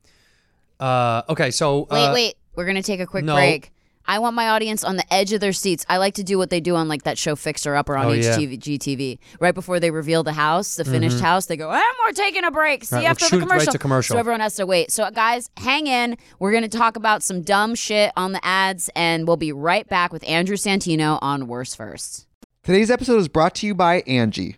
Speaker 2: uh, okay, so
Speaker 1: Wait,
Speaker 2: uh,
Speaker 1: wait. We're gonna take a quick
Speaker 2: no.
Speaker 1: break. I want my audience on the edge of their seats. I like to do what they do on like that show Fixer Upper on
Speaker 2: Oh, yeah. Mm-hmm.
Speaker 1: HGTV, GTV. Right before they reveal the house, the finished house, they go, "And we're taking a break. See
Speaker 2: Right,
Speaker 1: you
Speaker 2: we'll
Speaker 1: after
Speaker 2: shoot
Speaker 1: the
Speaker 2: it right
Speaker 1: commercial."
Speaker 2: to commercial.
Speaker 1: So everyone has to wait. So guys, hang in. We're gonna talk about some dumb shit on the ads, and we'll be right back with Andrew Santino on Worse First.
Speaker 3: Today's episode is brought to you by Angie.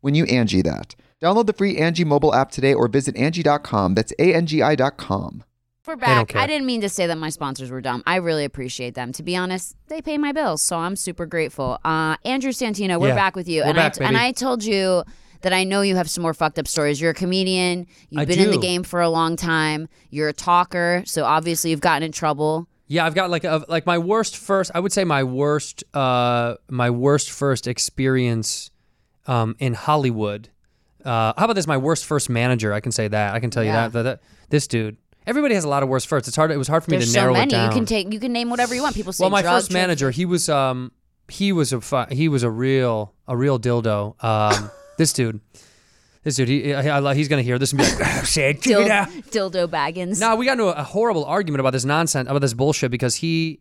Speaker 3: when you Angie that. Download the free Angie mobile app today or visit Angie.com. That's A-N-G-I dot com.
Speaker 1: We're
Speaker 2: don't
Speaker 1: back.
Speaker 2: care.
Speaker 1: I didn't mean to say that my sponsors were dumb. I really appreciate them. To be honest, they pay my bills, so I'm super grateful. Uh, Andrew Santino, we're
Speaker 2: Yeah.
Speaker 1: back with you,
Speaker 2: We're
Speaker 1: and
Speaker 2: back,
Speaker 1: I and
Speaker 2: baby.
Speaker 1: I told you that I know you have some more fucked up stories. You're a comedian. You've
Speaker 2: I
Speaker 1: been in the
Speaker 2: do.
Speaker 1: game for a long time. You're a talker, so obviously you've gotten in trouble.
Speaker 2: Yeah, I've got like a, like my worst first. I would say my worst uh my worst first experience um in Hollywood. Uh, how about this? My worst first manager. I can say that. I can tell
Speaker 1: Yeah.
Speaker 2: you that, that, that- This dude. Everybody has a lot of worst firsts. It's hard. It was hard for me
Speaker 1: There's
Speaker 2: to
Speaker 1: so
Speaker 2: narrow
Speaker 1: many.
Speaker 2: it down.
Speaker 1: You can take. You can name whatever you want. People say.
Speaker 2: well, my
Speaker 1: drug
Speaker 2: first
Speaker 1: trip-
Speaker 2: manager. He was um he was a fu- he was a real a real dildo. Um, this dude. This dude. He I, I, he's gonna hear this and be like, (laughs) "Shit, give me
Speaker 1: Dil-
Speaker 2: that."
Speaker 1: dildo baggins.
Speaker 2: No, we got into a horrible argument about this nonsense, about this bullshit because he,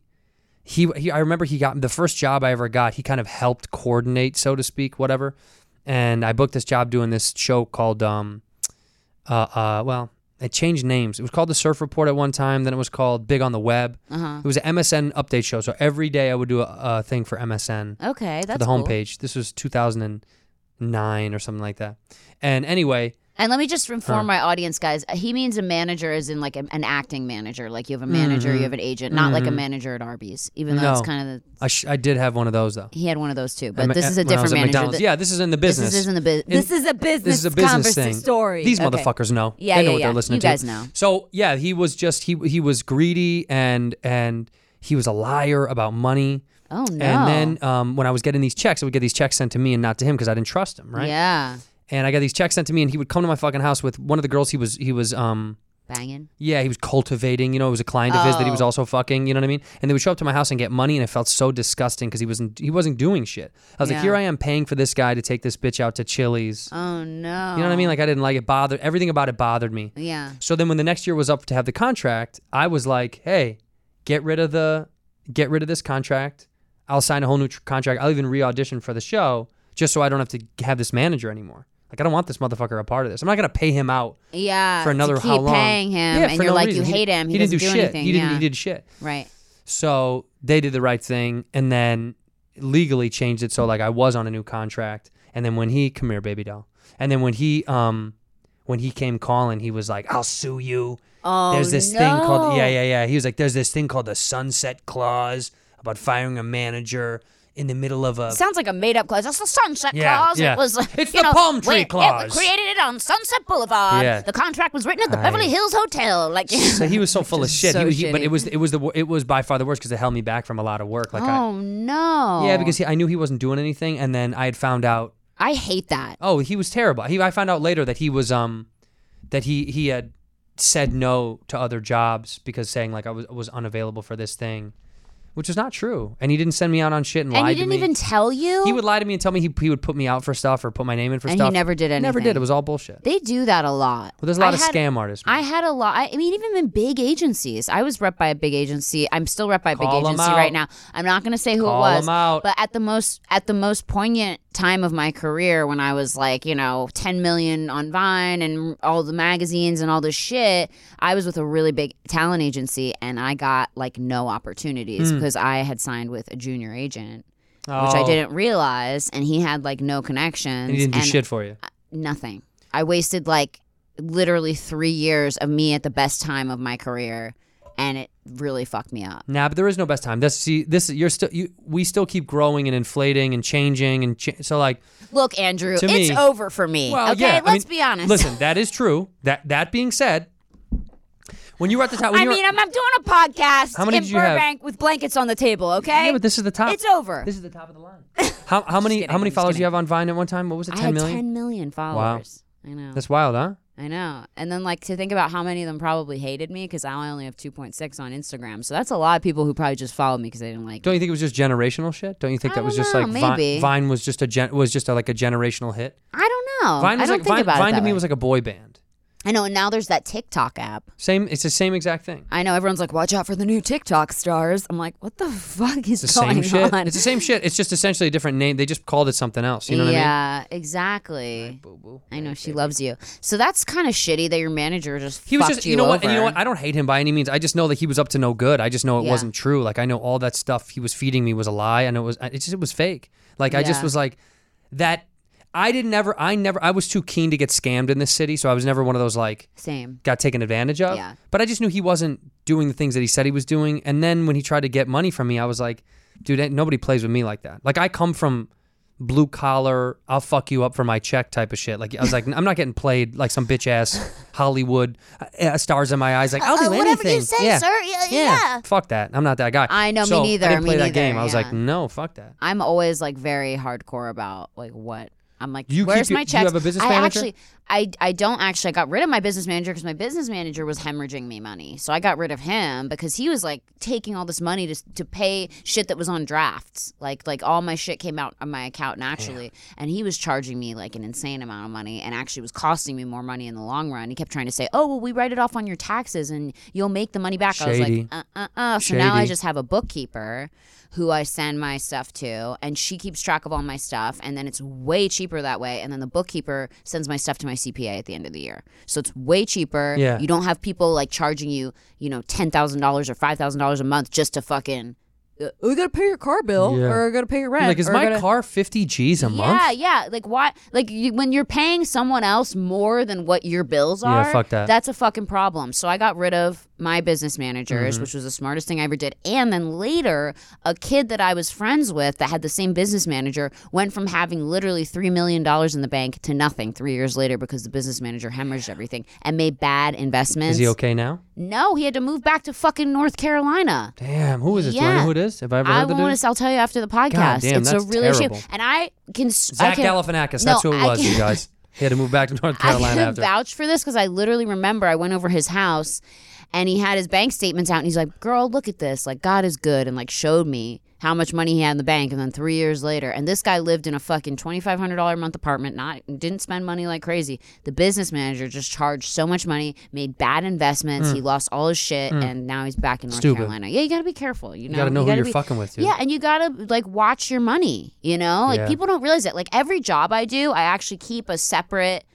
Speaker 2: he, he I remember he got the first job I ever got. He kind of helped coordinate, so to speak, whatever. And I booked this job doing this show called, um, uh, uh, well, it changed names. It was called the Surf Report at one time. Then it was called Big on the Web.
Speaker 1: Uh-huh.
Speaker 2: It was an MSN update show. So every day I would do a, a thing for MSN
Speaker 1: Okay, that's
Speaker 2: for the
Speaker 1: cool.
Speaker 2: homepage. This was 2009 or something like that. And anyway,
Speaker 1: And let me just inform my audience, guys. He means a manager, as in like a, an acting manager. Like you have a manager, you have an agent, not like a manager at Arby's. Even though it's
Speaker 2: Mm-hmm. No.
Speaker 1: kind of
Speaker 2: I, sh- I did have one of those though.
Speaker 1: the, he had one of those too, but
Speaker 2: At Ma- uh,
Speaker 1: this is a
Speaker 2: when I was
Speaker 1: different
Speaker 2: at
Speaker 1: manager.
Speaker 2: McDonald's.
Speaker 1: that-
Speaker 2: yeah, this is in the
Speaker 1: this
Speaker 2: business.
Speaker 1: is in the business. This is a business.
Speaker 2: This is a business
Speaker 1: conversa-
Speaker 2: thing.
Speaker 1: Story.
Speaker 2: These
Speaker 1: Okay.
Speaker 2: motherfuckers know.
Speaker 1: Yeah,
Speaker 2: they
Speaker 1: yeah,
Speaker 2: know what
Speaker 1: yeah.
Speaker 2: they're listening
Speaker 1: You
Speaker 2: to.
Speaker 1: guys know.
Speaker 2: So yeah, he was just he he was greedy and and he was a liar about money.
Speaker 1: Oh no.
Speaker 2: And then um, when I was getting these checks, I would get these checks sent to me and not to him because I didn't trust him, right?
Speaker 1: yeah,
Speaker 2: And I got these checks sent to me, and he would come to my fucking house with one of the girls he was he was um
Speaker 1: banging.
Speaker 2: yeah he was cultivating. You know, it was a client of his that he was
Speaker 1: Oh.
Speaker 2: also fucking. You know what I mean? And they would show up to my house and get money, and it felt so disgusting because he wasn't he wasn't doing shit. I was
Speaker 1: Yeah.
Speaker 2: like, here I am paying for this guy to take this bitch out to Chili's.
Speaker 1: Oh no.
Speaker 2: You know what I mean? Like I didn't like it. Bothered everything about it bothered me.
Speaker 1: yeah.
Speaker 2: So then when the next year was up to have the contract, I was like, "Hey, get rid of the, get rid of this contract. I'll sign a whole new tr- contract. I'll even re-audition for the show just so I don't have to have this manager anymore. Like I don't want this motherfucker a part of this. I'm not gonna pay him out
Speaker 1: Yeah.
Speaker 2: for another
Speaker 1: uh, to keep
Speaker 2: how long?
Speaker 1: paying him,
Speaker 2: Yeah,
Speaker 1: and
Speaker 2: for
Speaker 1: you're
Speaker 2: no
Speaker 1: like
Speaker 2: reason.
Speaker 1: you hate him. He,
Speaker 2: didn't do
Speaker 1: doesn't
Speaker 2: shit.
Speaker 1: anything.
Speaker 2: He didn't.
Speaker 1: yeah.
Speaker 2: He did shit.
Speaker 1: Right.
Speaker 2: So they did the right thing, and then legally changed it so like I was on a new contract. And then when he come here, baby doll. And then when he um when he came calling, he was like, "I'll sue you."
Speaker 1: Oh
Speaker 2: there's this
Speaker 1: no.
Speaker 2: thing called yeah yeah yeah. He was like, "There's this thing called the sunset clause about firing a manager in the middle of a."
Speaker 1: Sounds like a made up clause. That's the sunset
Speaker 2: Yeah,
Speaker 1: clause.
Speaker 2: yeah.
Speaker 1: It was
Speaker 2: It's
Speaker 1: you
Speaker 2: the
Speaker 1: know,
Speaker 2: palm tree
Speaker 1: we- it-
Speaker 2: clause.
Speaker 1: we created it on Sunset Boulevard.
Speaker 2: Yeah.
Speaker 1: The contract was written at the
Speaker 2: I-
Speaker 1: Beverly Hills Hotel. Like
Speaker 2: so he was so full of
Speaker 1: Just
Speaker 2: shit.
Speaker 1: so
Speaker 2: he, was- he- but
Speaker 1: shitty.
Speaker 2: it was it was the wor- it was by far the worst because it held me back from a lot of work.
Speaker 1: (laughs)
Speaker 2: Like
Speaker 1: Oh no.
Speaker 2: I yeah because he, I knew he wasn't doing anything, and then I had found out
Speaker 1: I hate that.
Speaker 2: Oh, he was terrible. He I found out later that he was um that he he had said no to other jobs because saying like I was was unavailable for this thing, which is not true. And he didn't send me out on shit and,
Speaker 1: and
Speaker 2: lied
Speaker 1: he
Speaker 2: to
Speaker 1: didn't
Speaker 2: me.
Speaker 1: even tell you.
Speaker 2: he would lie to me and tell me he, he would put me out for stuff or put my name in for
Speaker 1: And he
Speaker 2: stuff.
Speaker 1: never did
Speaker 2: Never
Speaker 1: anything.
Speaker 2: did. It was all bullshit.
Speaker 1: they do that a lot.
Speaker 2: Well, there's a lot
Speaker 1: I
Speaker 2: of
Speaker 1: had-
Speaker 2: scam artists. man.
Speaker 1: I had a lot. I mean, even in big agencies, I was rep by a big agency. I'm still rep by a big
Speaker 2: Call 'em
Speaker 1: agency right now.
Speaker 2: out.
Speaker 1: I'm not going to say who
Speaker 2: Call
Speaker 1: it was,
Speaker 2: 'em out.
Speaker 1: but at the most at the most poignant time of my career, when I was like, you know, 10 million on Vine and all the magazines and all this shit, I was with a really big talent agency, and I got like no opportunities because I had signed with a junior agent, which I
Speaker 2: Hmm. Oh,
Speaker 1: didn't realize, and he had like no connections.
Speaker 2: And he didn't do
Speaker 1: and
Speaker 2: shit for you.
Speaker 1: nothing. I wasted like literally three years of me at the best time of my career, and it really fucked me up.
Speaker 2: Nah, but there is no best time. That's see, this you're still you. We still keep growing and inflating and changing and cha- so like.
Speaker 1: Look, Andrew,
Speaker 2: To
Speaker 1: it's
Speaker 2: me-
Speaker 1: over for me.
Speaker 2: Well,
Speaker 1: okay,
Speaker 2: yeah. I
Speaker 1: let's
Speaker 2: mean,
Speaker 1: be honest.
Speaker 2: Listen, that is true. That that being said, when you were at the top, when
Speaker 1: I
Speaker 2: you were,
Speaker 1: mean, I'm, I'm doing a podcast
Speaker 2: How many
Speaker 1: in
Speaker 2: did you have?
Speaker 1: Burbank with blankets on the table. Okay,
Speaker 2: yeah, but this is the top.
Speaker 1: it's over.
Speaker 2: This is the top of the line. How how many
Speaker 1: kidding,
Speaker 2: how
Speaker 1: I'm
Speaker 2: many
Speaker 1: just
Speaker 2: followers
Speaker 1: kidding.
Speaker 2: you have on Vine at one time? What was it?
Speaker 1: I
Speaker 2: Ten
Speaker 1: had
Speaker 2: million.
Speaker 1: 10 million followers. I know.
Speaker 2: That's wild, huh?
Speaker 1: I know. And then, like, to think about how many of them probably hated me because I only have 2.6 on Instagram. So that's a lot of people who probably just followed me because they didn't like
Speaker 2: Don't you think it was just generational shit? Don't you think
Speaker 1: I
Speaker 2: that was
Speaker 1: don't
Speaker 2: just
Speaker 1: know,
Speaker 2: like Vine,
Speaker 1: maybe.
Speaker 2: Vine was just a gen, was just a, like a generational hit?
Speaker 1: me. I don't know.
Speaker 2: Vine
Speaker 1: Um, I
Speaker 2: was
Speaker 1: don't
Speaker 2: like
Speaker 1: think
Speaker 2: Vine,
Speaker 1: about
Speaker 2: Vine
Speaker 1: it.
Speaker 2: to
Speaker 1: that
Speaker 2: me
Speaker 1: way.
Speaker 2: was like a boy band.
Speaker 1: I know, and now there's that TikTok app.
Speaker 2: Same, it's the same exact thing.
Speaker 1: I know everyone's like, "Watch out for the new TikTok stars." I'm like, "What the fuck is (laughs)
Speaker 2: It's the
Speaker 1: going
Speaker 2: same shit.
Speaker 1: on?"
Speaker 2: It's the same shit. It's just essentially a different name. They just called it something else. You know what I mean?
Speaker 1: yeah, exactly.
Speaker 2: Boo-boo.
Speaker 1: I know she loves you, so that's kind of shitty that your manager just
Speaker 2: He was
Speaker 1: fucked
Speaker 2: just,
Speaker 1: you,
Speaker 2: you, know what, and you
Speaker 1: over.
Speaker 2: know what? I don't hate him by any means. I just know that he was up to no good. I just know it
Speaker 1: Yeah.
Speaker 2: wasn't true. Like I know all that stuff he was feeding me was a lie, and it was it just it was fake. Like I
Speaker 1: Yeah.
Speaker 2: just was like that. I didn't ever. I never. I was too keen to get scammed in this city, so I was never one of those like
Speaker 1: Same.
Speaker 2: got taken advantage of.
Speaker 1: Yeah.
Speaker 2: But I just knew he wasn't doing the things that he said he was doing. And then when he tried to get money from me, I was like, dude, ain't- nobody plays with me like that. Like I come from blue collar, I'll fuck you up for my check type of shit. Like I was like, I'm not getting played like some bitch ass
Speaker 1: (laughs)
Speaker 2: Hollywood uh, stars in my eyes. Like I'll do anything.
Speaker 1: Uh, whatever you say,
Speaker 2: yeah.
Speaker 1: sir. Yeah, yeah.
Speaker 2: Fuck that. I'm not that guy.
Speaker 1: I know, me
Speaker 2: So,
Speaker 1: neither,
Speaker 2: I didn't
Speaker 1: me
Speaker 2: play that
Speaker 1: neither,
Speaker 2: game. I was
Speaker 1: yeah.
Speaker 2: like, no, fuck that.
Speaker 1: I'm always like very hardcore about like what I'm like.
Speaker 2: You keep
Speaker 1: where's
Speaker 2: your-
Speaker 1: my
Speaker 2: do you
Speaker 1: checks?
Speaker 2: have a business
Speaker 1: I
Speaker 2: manager?
Speaker 1: actually, I I don't actually. I got rid of my business manager because my business manager was hemorrhaging me money. So I got rid of him because he was like taking all this money to to pay shit that was on drafts. Like like all my shit came out on my account naturally, and he was charging me like an insane amount of money, and actually was costing me more money in the long run. He kept trying to say, "Oh well, we write it off on your taxes, and you'll make the money back." I was
Speaker 2: Shady.
Speaker 1: like, uh, uh, uh. So now I
Speaker 2: Shady.
Speaker 1: just have a bookkeeper who I send my stuff to, and she keeps track of all my stuff. And then it's way cheaper that way. And then the bookkeeper sends my stuff to my CPA at the end of the year. So it's way cheaper.
Speaker 2: Yeah.
Speaker 1: You don't have people like charging you, you know, $10,000 or $5,000 a month just to fucking, uh, we got to pay your car bill
Speaker 2: Yeah.
Speaker 1: or I got to pay your rent.
Speaker 2: like, is
Speaker 1: or I
Speaker 2: my
Speaker 1: gotta-
Speaker 2: car 50 G's a month?
Speaker 1: yeah, yeah. Like why? Like you, when you're paying someone else more than what your bills
Speaker 2: Yeah,
Speaker 1: are,
Speaker 2: fuck that.
Speaker 1: That's a fucking problem. So I got rid of my business
Speaker 2: Mm-hmm.
Speaker 1: managers, which was the smartest thing I ever did. And then later, a kid that I was friends with that had the same business manager went from having literally three million dollars in the bank to nothing three years later because the business manager hemorrhaged everything and made bad investments.
Speaker 2: Is he okay now?
Speaker 1: No, he had to move back to fucking North Carolina.
Speaker 2: Damn, who is this? Do I
Speaker 1: Yeah.
Speaker 2: know who it is? Have I ever
Speaker 1: I
Speaker 2: heard the dude?
Speaker 1: want to. I'll tell you after the podcast.
Speaker 2: damn,
Speaker 1: it's
Speaker 2: that's
Speaker 1: a really shame.
Speaker 2: terrible.
Speaker 1: And I can.
Speaker 2: Zach
Speaker 1: I can,
Speaker 2: Galifianakis.
Speaker 1: No,
Speaker 2: That's who it
Speaker 1: I
Speaker 2: was, you
Speaker 1: can-
Speaker 2: guys. He had to move back to North
Speaker 1: (laughs) I
Speaker 2: Carolina
Speaker 1: can
Speaker 2: after.
Speaker 1: vouch for this because I literally remember I went over his house and he had his bank statements out and he's like, "Girl, look at this. Like God is good." And like showed me how much money he had in the bank and then 3 years later and this guy lived in a fucking $2500 a month apartment not didn't spend money like crazy the business manager just charged so much money made bad investments he lost all his shit and now he's back in North
Speaker 2: Hmm. Stupid.
Speaker 1: Carolina yeah you got to be careful you know
Speaker 2: you gotta know who
Speaker 1: gotta
Speaker 2: you're
Speaker 1: be-
Speaker 2: fucking with, dude.
Speaker 1: yeah, and you gotta like watch your money. You know, like
Speaker 2: Yeah.
Speaker 1: people don't realize it. Like every job I do, I actually keep a separate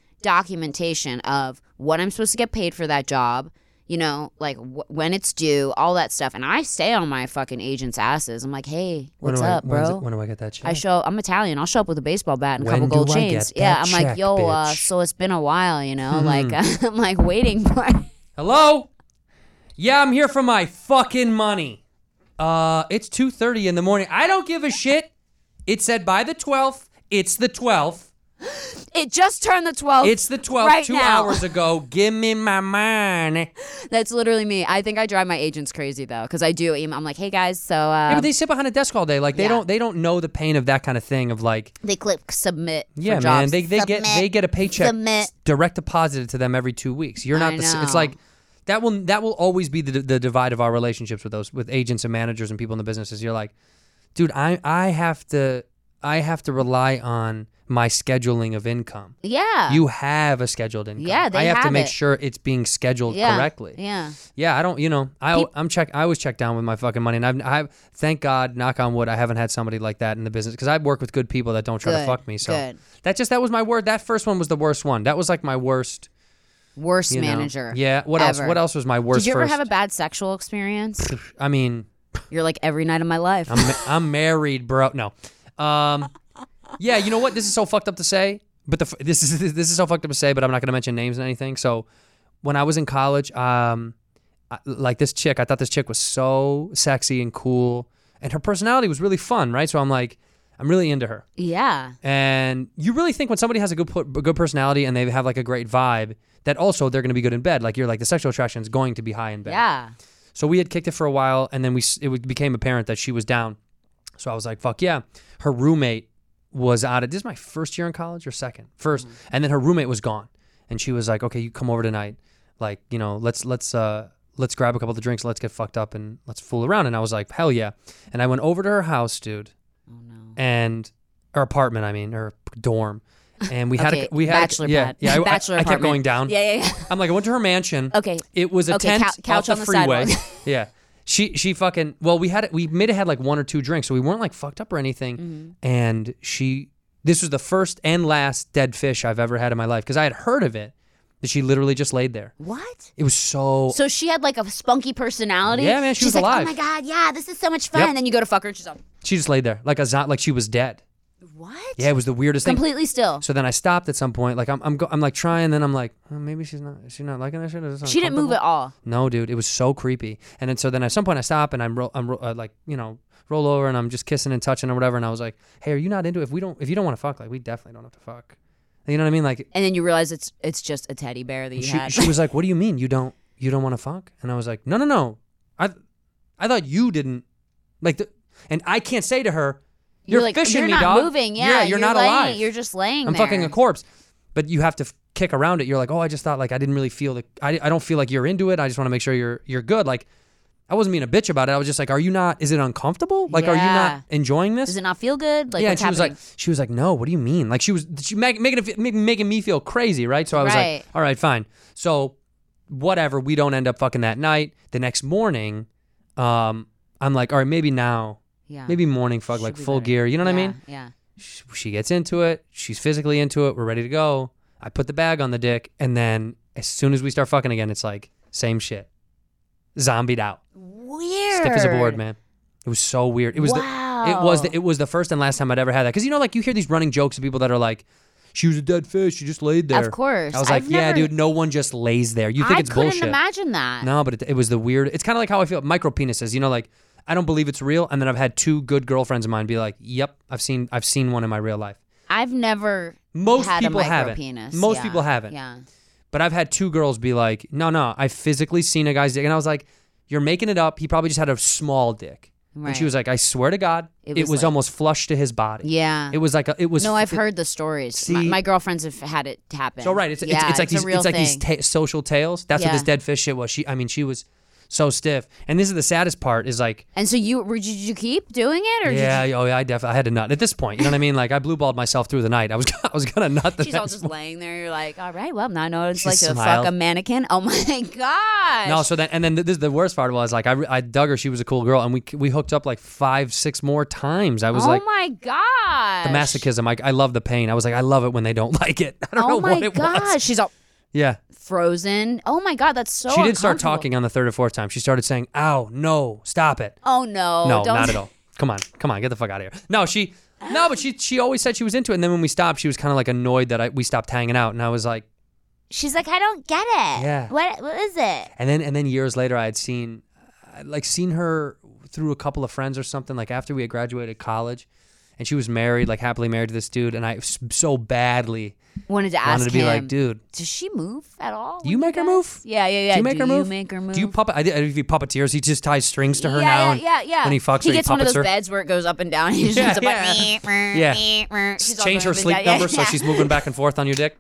Speaker 1: documentation of what I'm supposed to get paid for that job. You know, like wh- when it's due, all that stuff. And I stay on my fucking agents' asses. I'm like, hey,
Speaker 2: When
Speaker 1: what's
Speaker 2: do I-
Speaker 1: up,
Speaker 2: when's it-
Speaker 1: bro?
Speaker 2: When do I get that check?
Speaker 1: I show. I'm Italian. I'll show up with a baseball bat and a
Speaker 2: When
Speaker 1: couple gold
Speaker 2: do I get
Speaker 1: chains.
Speaker 2: that
Speaker 1: Yeah, I'm like,
Speaker 2: check,
Speaker 1: yo. Uh,
Speaker 2: bitch?" Hmm.
Speaker 1: so it's been a while, you know. Like (laughs) I'm like waiting for. (laughs) it.
Speaker 2: Hello? Yeah, I'm here for my fucking money. Uh, it's 2:30 in the morning. I don't give a shit. It said by the 12th. It's the 12th.
Speaker 1: It just turned the 12th.
Speaker 2: It's the 12th.
Speaker 1: Right
Speaker 2: two
Speaker 1: now. (laughs)
Speaker 2: hours ago. Give me my money.
Speaker 1: That's literally me. I think I drive my agents crazy though, because I do email. I'm like, hey guys, so uh,
Speaker 2: Yeah, but they sit behind a desk all day. Like they
Speaker 1: Yeah.
Speaker 2: don't. They don't know the pain of that kind of thing. Of like,
Speaker 1: they click submit. for
Speaker 2: yeah, man.
Speaker 1: jobs.
Speaker 2: They they get
Speaker 1: Submit.
Speaker 2: they get a paycheck
Speaker 1: Submit.
Speaker 2: direct deposited to them every two weeks. You're not.
Speaker 1: I
Speaker 2: the, s- It's
Speaker 1: know.
Speaker 2: like that will that will always be the, the divide of our relationships with those with agents and managers and people in the businesses. You're like, dude, I I have to I have to rely on my scheduling of income.
Speaker 1: Yeah.
Speaker 2: You have a scheduled income.
Speaker 1: Uh, Yeah, they
Speaker 2: I have, to
Speaker 1: have
Speaker 2: make
Speaker 1: it.
Speaker 2: sure it's being scheduled
Speaker 1: yeah.
Speaker 2: correctly.
Speaker 1: Yeah.
Speaker 2: Yeah, I don't. You know, I
Speaker 1: Peop-
Speaker 2: I'm check. I always check down with my fucking money, and I've, I've thank God, knock on wood, I haven't had somebody like that in the business because I work with good people that don't try to
Speaker 1: Good,
Speaker 2: fuck me. So
Speaker 1: good.
Speaker 2: that just that was my word. That first one was the worst one. That was like my worst.
Speaker 1: Worst
Speaker 2: You know.
Speaker 1: manager.
Speaker 2: Yeah. What else?
Speaker 1: ever.
Speaker 2: What else was my worst?
Speaker 1: Did you ever
Speaker 2: first?
Speaker 1: have a bad sexual
Speaker 2: (laughs)
Speaker 1: experience?
Speaker 2: I mean,
Speaker 1: You're like every night of my life.
Speaker 2: I'm ma- I'm married, bro. No. Um. Yeah. You know what? This is so fucked up to say, but the f- this is this is so fucked up to say, but I'm not gonna mention names and anything. So when I was in college, um, I, like this chick, I thought this chick was so sexy and cool, and her personality was really fun, right? So I'm like, I'm really into her.
Speaker 1: (laughs) yeah.
Speaker 2: And you really think when somebody has a good po- good personality and they have like a great vibe, that also they're gonna be good in bed. Like you're like the sexual attraction is going to be high in bed.
Speaker 1: Yeah.
Speaker 2: So we had kicked it for a while, and then we s- it w- became apparent that she was down. So I was like, "Fuck yeah!" Her roommate was out of this is my first year in college or second, 1st
Speaker 1: Mm-hmm.
Speaker 2: and then her roommate was gone, and she was like, "Okay, you come over tonight. Like, you know, let's let's uh let's grab a couple of the drinks, let's get fucked up, and let's fool around." And I was like, "Hell yeah!" And I went over to her house, dude,
Speaker 1: Oh no.
Speaker 2: and her apartment, I mean, her dorm, and we had
Speaker 1: Okay,
Speaker 2: a we had
Speaker 1: bachelor
Speaker 2: a, yeah
Speaker 1: pad.
Speaker 2: yeah I, I-
Speaker 1: Bachelor
Speaker 2: I, kept
Speaker 1: apartment.
Speaker 2: going down.
Speaker 1: Yeah, yeah, (laughs)
Speaker 2: I'm like, I went to her mansion.
Speaker 1: Okay.
Speaker 2: It was a
Speaker 1: Okay,
Speaker 2: tent
Speaker 1: cou- couch on
Speaker 2: off the,
Speaker 1: the (laughs)
Speaker 2: freeway.
Speaker 1: sidewalk.
Speaker 2: yeah. She she fucking well, we had it we made it had like one or two drinks, so we weren't like fucked up or anything.
Speaker 1: Mm-hmm.
Speaker 2: And she this was the first and last dead fish I've ever had in my life because I had heard of it. That she literally just laid there.
Speaker 1: What?
Speaker 2: It was so
Speaker 1: So she had like a spunky personality.
Speaker 2: Yeah, man, she
Speaker 1: she's
Speaker 2: was
Speaker 1: like,
Speaker 2: alive.
Speaker 1: Oh my god, yeah, this is so much fun.
Speaker 2: Yep.
Speaker 1: And then you go to fuck her, and she's like,
Speaker 2: she just laid there like a zo- like she was dead.
Speaker 1: what?
Speaker 2: Yeah, it was the weirdest thing.
Speaker 1: Completely still.
Speaker 2: So then I stopped at some point. Like I'm I'm, go- I'm like trying. Then I'm like oh, maybe she's not she's not liking that shit. Is this
Speaker 1: She didn't move
Speaker 2: uncomfortable?
Speaker 1: at all.
Speaker 2: No, dude, it was so creepy. And then so then at some point I stop and I'm ro- I'm ro- uh, like you know roll over and I'm just kissing and touching or whatever. And I was like, hey, are you not into it? if we don't if you don't want to fuck like we definitely don't have to fuck. You know what I mean? Like
Speaker 1: And then you realize it's it's just a teddy bear that you
Speaker 2: she,
Speaker 1: had.
Speaker 2: she was like, what do you mean you don't you don't want to fuck? And I was like, no no no, I I thought you didn't like the, and I can't say to her. You're,
Speaker 1: like
Speaker 2: fishing
Speaker 1: you're
Speaker 2: me,
Speaker 1: not
Speaker 2: dog.
Speaker 1: moving. Yeah,
Speaker 2: you're, not
Speaker 1: laying,
Speaker 2: alive.
Speaker 1: You're just laying.
Speaker 2: I'm
Speaker 1: there.
Speaker 2: fucking a corpse. But you have to f- kick around it. You're like, oh, I just thought like I didn't really feel like I, I don't feel like you're into it. I just want to make sure you're you're good. Like I wasn't being a bitch about it. I was just like, are you not? Is it uncomfortable? Like, are you
Speaker 1: Yeah.
Speaker 2: not enjoying this?
Speaker 1: Does it not feel good? Like
Speaker 2: yeah. And
Speaker 1: what's
Speaker 2: she was
Speaker 1: happening?
Speaker 2: like, she was like, no. What do you mean? Like she was she ma- making it, fe- ma- making me feel crazy, right? So I was
Speaker 1: Right.
Speaker 2: like, all right, fine. So whatever. We don't end up fucking that night. The next morning, um, I'm like, all right, maybe now,
Speaker 1: yeah,
Speaker 2: maybe morning fuck,
Speaker 1: Should
Speaker 2: like
Speaker 1: be
Speaker 2: full
Speaker 1: better.
Speaker 2: gear. You know what I
Speaker 1: Yeah,
Speaker 2: mean?
Speaker 1: Yeah.
Speaker 2: she, she gets into it. She's physically into it. We're ready to go. I put the bag on the dick, and then as soon as we start fucking again, it's like same shit, zombied out,
Speaker 1: Weird.
Speaker 2: stiff as a board, man. It was so weird. It was the it was
Speaker 1: Wow.
Speaker 2: the, it was the first and last time I'd ever had that. Because you know, like you hear these running jokes of people that are like, "She was a dead fish. She just laid there."
Speaker 1: Of course.
Speaker 2: I was like,
Speaker 1: I've
Speaker 2: "Yeah,
Speaker 1: never-
Speaker 2: dude. No one just lays there. You think
Speaker 1: I
Speaker 2: it's
Speaker 1: couldn't
Speaker 2: bullshit?"
Speaker 1: imagine that.
Speaker 2: No, but it, it was the weird. It's kind of like how I feel micro penises. You know, like I don't believe it's real, and then I've had two good girlfriends of mine be like, "Yep, I've seen I've seen one in my real life."
Speaker 1: I've never
Speaker 2: Most
Speaker 1: had
Speaker 2: people
Speaker 1: a micro
Speaker 2: haven't.
Speaker 1: penis.
Speaker 2: Most
Speaker 1: Yeah.
Speaker 2: people haven't.
Speaker 1: Yeah.
Speaker 2: But I've had two girls be like, "No, no, I've physically seen a guy's dick," and I was like, "You're making it up. He probably just had a small dick." And she
Speaker 1: Right.
Speaker 2: was like, "I swear to God, it
Speaker 1: It
Speaker 2: was,
Speaker 1: was like-
Speaker 2: almost flush to his body.
Speaker 1: Yeah.
Speaker 2: It was like a, it was.
Speaker 1: no, I've
Speaker 2: it-
Speaker 1: heard the stories. my,
Speaker 2: See-
Speaker 1: my girlfriends have had it happen.
Speaker 2: So right, it's
Speaker 1: yeah,
Speaker 2: it's, it's like
Speaker 1: a
Speaker 2: these
Speaker 1: real
Speaker 2: it's like these
Speaker 1: thing.
Speaker 2: ta- social tales. That's what
Speaker 1: Yeah.
Speaker 2: this dead fish shit was. She, I mean, she was so stiff. And this is the saddest part is like
Speaker 1: and so you were, did you keep doing it or
Speaker 2: Yeah,
Speaker 1: did
Speaker 2: oh yeah, I definitely I had to nut at this point. You know what I mean? Like I blue balled myself through the night. I was (laughs) I was gonna nut the
Speaker 1: you? She's all
Speaker 2: next (laughs)
Speaker 1: just laying there. You're like, all right, well, now I know what it's
Speaker 2: She
Speaker 1: like to
Speaker 2: smiled.
Speaker 1: fuck a mannequin. Oh my (laughs) gosh.
Speaker 2: No, so then and then th- this the worst part was like I, re- I dug her. She was a cool girl, and we we hooked up like five six more times. I was
Speaker 1: oh
Speaker 2: like
Speaker 1: my gosh.
Speaker 2: the (laughs) masochism. I I love the pain. I was like I love it when they don't (laughs) like it. I don't know
Speaker 1: Oh my
Speaker 2: what it
Speaker 1: gosh.
Speaker 2: was.
Speaker 1: She's all
Speaker 2: Yeah,
Speaker 1: frozen. Oh my god, that's so
Speaker 2: she did start
Speaker 1: uncomfortable.
Speaker 2: talking on the third or fourth time. She started saying, "Ow, no, stop it."
Speaker 1: Oh no.
Speaker 2: no,
Speaker 1: don't.
Speaker 2: not
Speaker 1: (laughs)
Speaker 2: at all. Come on, come on, get the fuck out of here. No, she, no, but she she always said she was into it. And then when we stopped, she was kind of like annoyed that I, we stopped hanging out. And I was like,
Speaker 1: She's like, I don't get it.
Speaker 2: Yeah.
Speaker 1: What what is it?
Speaker 2: And then and then years later, I had seen, I'd, like seen her through a couple of friends or something. Like after we had graduated college, and she was married, like happily married to this dude. And I s- so badly
Speaker 1: Wanted to ask
Speaker 2: wanted to be
Speaker 1: him.
Speaker 2: like, dude,
Speaker 1: Does she move at all?
Speaker 2: Do you
Speaker 1: when
Speaker 2: make her
Speaker 1: guys-
Speaker 2: move?
Speaker 1: Yeah, yeah, yeah.
Speaker 2: do you make her move?
Speaker 1: You make her move?
Speaker 2: Do you puppet? I did. I did- If he puppeteers, he just ties strings to her
Speaker 1: yeah,
Speaker 2: now. and
Speaker 1: Yeah, yeah, yeah.
Speaker 2: When he fucks,
Speaker 1: he
Speaker 2: her,
Speaker 1: gets
Speaker 2: he
Speaker 1: one of those
Speaker 2: puppets her.
Speaker 1: beds where it goes up and down. (laughs) And he's
Speaker 2: Yeah,
Speaker 1: just up
Speaker 2: yeah.
Speaker 1: like, yeah.
Speaker 2: Yeah. Change her sleep number so she's moving back and forth on your dick.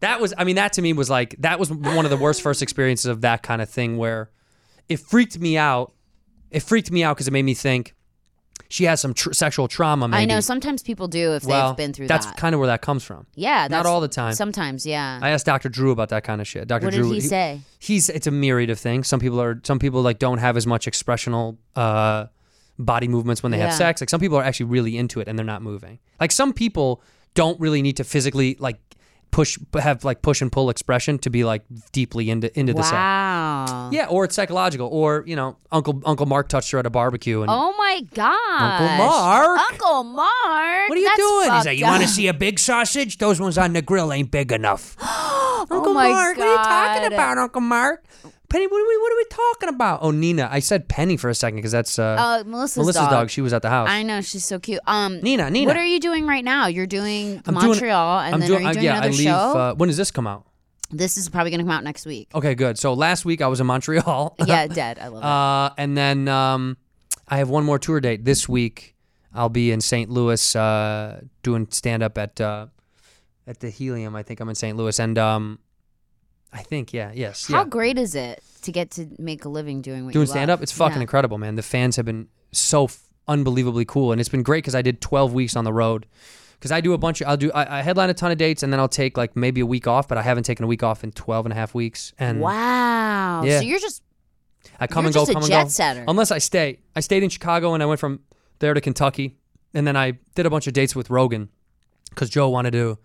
Speaker 2: That was, I mean, that to me was like, that was one of the worst first experiences of that kind of thing where it freaked me out. It freaked me out because it made me think she has some tr- sexual trauma,
Speaker 1: (laughs)
Speaker 2: maybe.
Speaker 1: I know sometimes people do if
Speaker 2: well,
Speaker 1: they've been through
Speaker 2: that's
Speaker 1: that.
Speaker 2: kind of where that comes from.
Speaker 1: yeah, that's,
Speaker 2: all the time.
Speaker 1: Sometimes, yeah.
Speaker 2: I asked Dr. Drew about that kind of shit. Dr.
Speaker 1: What did
Speaker 2: Drew,
Speaker 1: he say?
Speaker 2: He's it's a myriad of things. Some people are some people like don't have as much expressional uh, body movements when they have
Speaker 1: Yeah.
Speaker 2: sex. Like some people are actually really into it and they're not moving. Like some people don't really need to physically like push have like push and pull expression to be like deeply into into the sex.
Speaker 1: wow.
Speaker 2: Yeah, or it's psychological, or you know, Uncle Uncle Mark touched her at a barbecue and.
Speaker 1: Oh my gosh.
Speaker 2: Mark?
Speaker 1: Uncle Mark.
Speaker 2: What are you
Speaker 1: that's
Speaker 2: doing? He's
Speaker 1: fucked
Speaker 2: like, you want to
Speaker 1: up.
Speaker 2: see a big sausage? Those ones on the grill ain't big enough. Uncle
Speaker 1: Oh my
Speaker 2: Mark, what are you
Speaker 1: God.
Speaker 2: talking about, Uncle Mark? Penny, what are we, what are we talking about? Oh, Nina, I said Penny for a second because that's uh,
Speaker 1: Uh, Melissa's,
Speaker 2: Melissa's dog.
Speaker 1: dog.
Speaker 2: She was at the house.
Speaker 1: I know she's so cute. Um,
Speaker 2: Nina, Nina.
Speaker 1: What are you doing right now? You're doing
Speaker 2: I'm doing-
Speaker 1: Montreal, and
Speaker 2: I'm
Speaker 1: then are
Speaker 2: uh,
Speaker 1: you doing
Speaker 2: yeah,
Speaker 1: another
Speaker 2: I leave.
Speaker 1: show?
Speaker 2: Uh, when does this come out?
Speaker 1: this is probably going to come out next
Speaker 2: (laughs)
Speaker 1: week.
Speaker 2: Okay, good. So last week I was in Montreal. (laughs)
Speaker 1: yeah, dead. I love it.
Speaker 2: Oh, Uh, and then um, I have one more tour date this week. I'll be in St. Louis uh, doing stand up at uh, at the Helium. I think I'm in St. Louis, and um, I think yeah, yes,
Speaker 1: How
Speaker 2: yeah.
Speaker 1: great is it to get to make a living doing what
Speaker 2: doing
Speaker 1: you
Speaker 2: stand up.
Speaker 1: love?
Speaker 2: It's fucking
Speaker 1: Yeah.
Speaker 2: incredible, man. The fans have been so f- unbelievably cool, and it's been great because I did 12 weeks on the road. Because I do a bunch of, I'll do, I, I headline a ton of dates, and then I'll take like maybe a week off, but I haven't taken a week off in 12 and a half weeks. And
Speaker 1: Wow.
Speaker 2: Yeah.
Speaker 1: So you're just
Speaker 2: I come
Speaker 1: You're
Speaker 2: and go,
Speaker 1: just a
Speaker 2: come and
Speaker 1: jet
Speaker 2: go.
Speaker 1: setter.
Speaker 2: Unless I stay. I stayed in Chicago and I went from there to Kentucky, and then I did a bunch of dates with Rogan because Joe wanted to.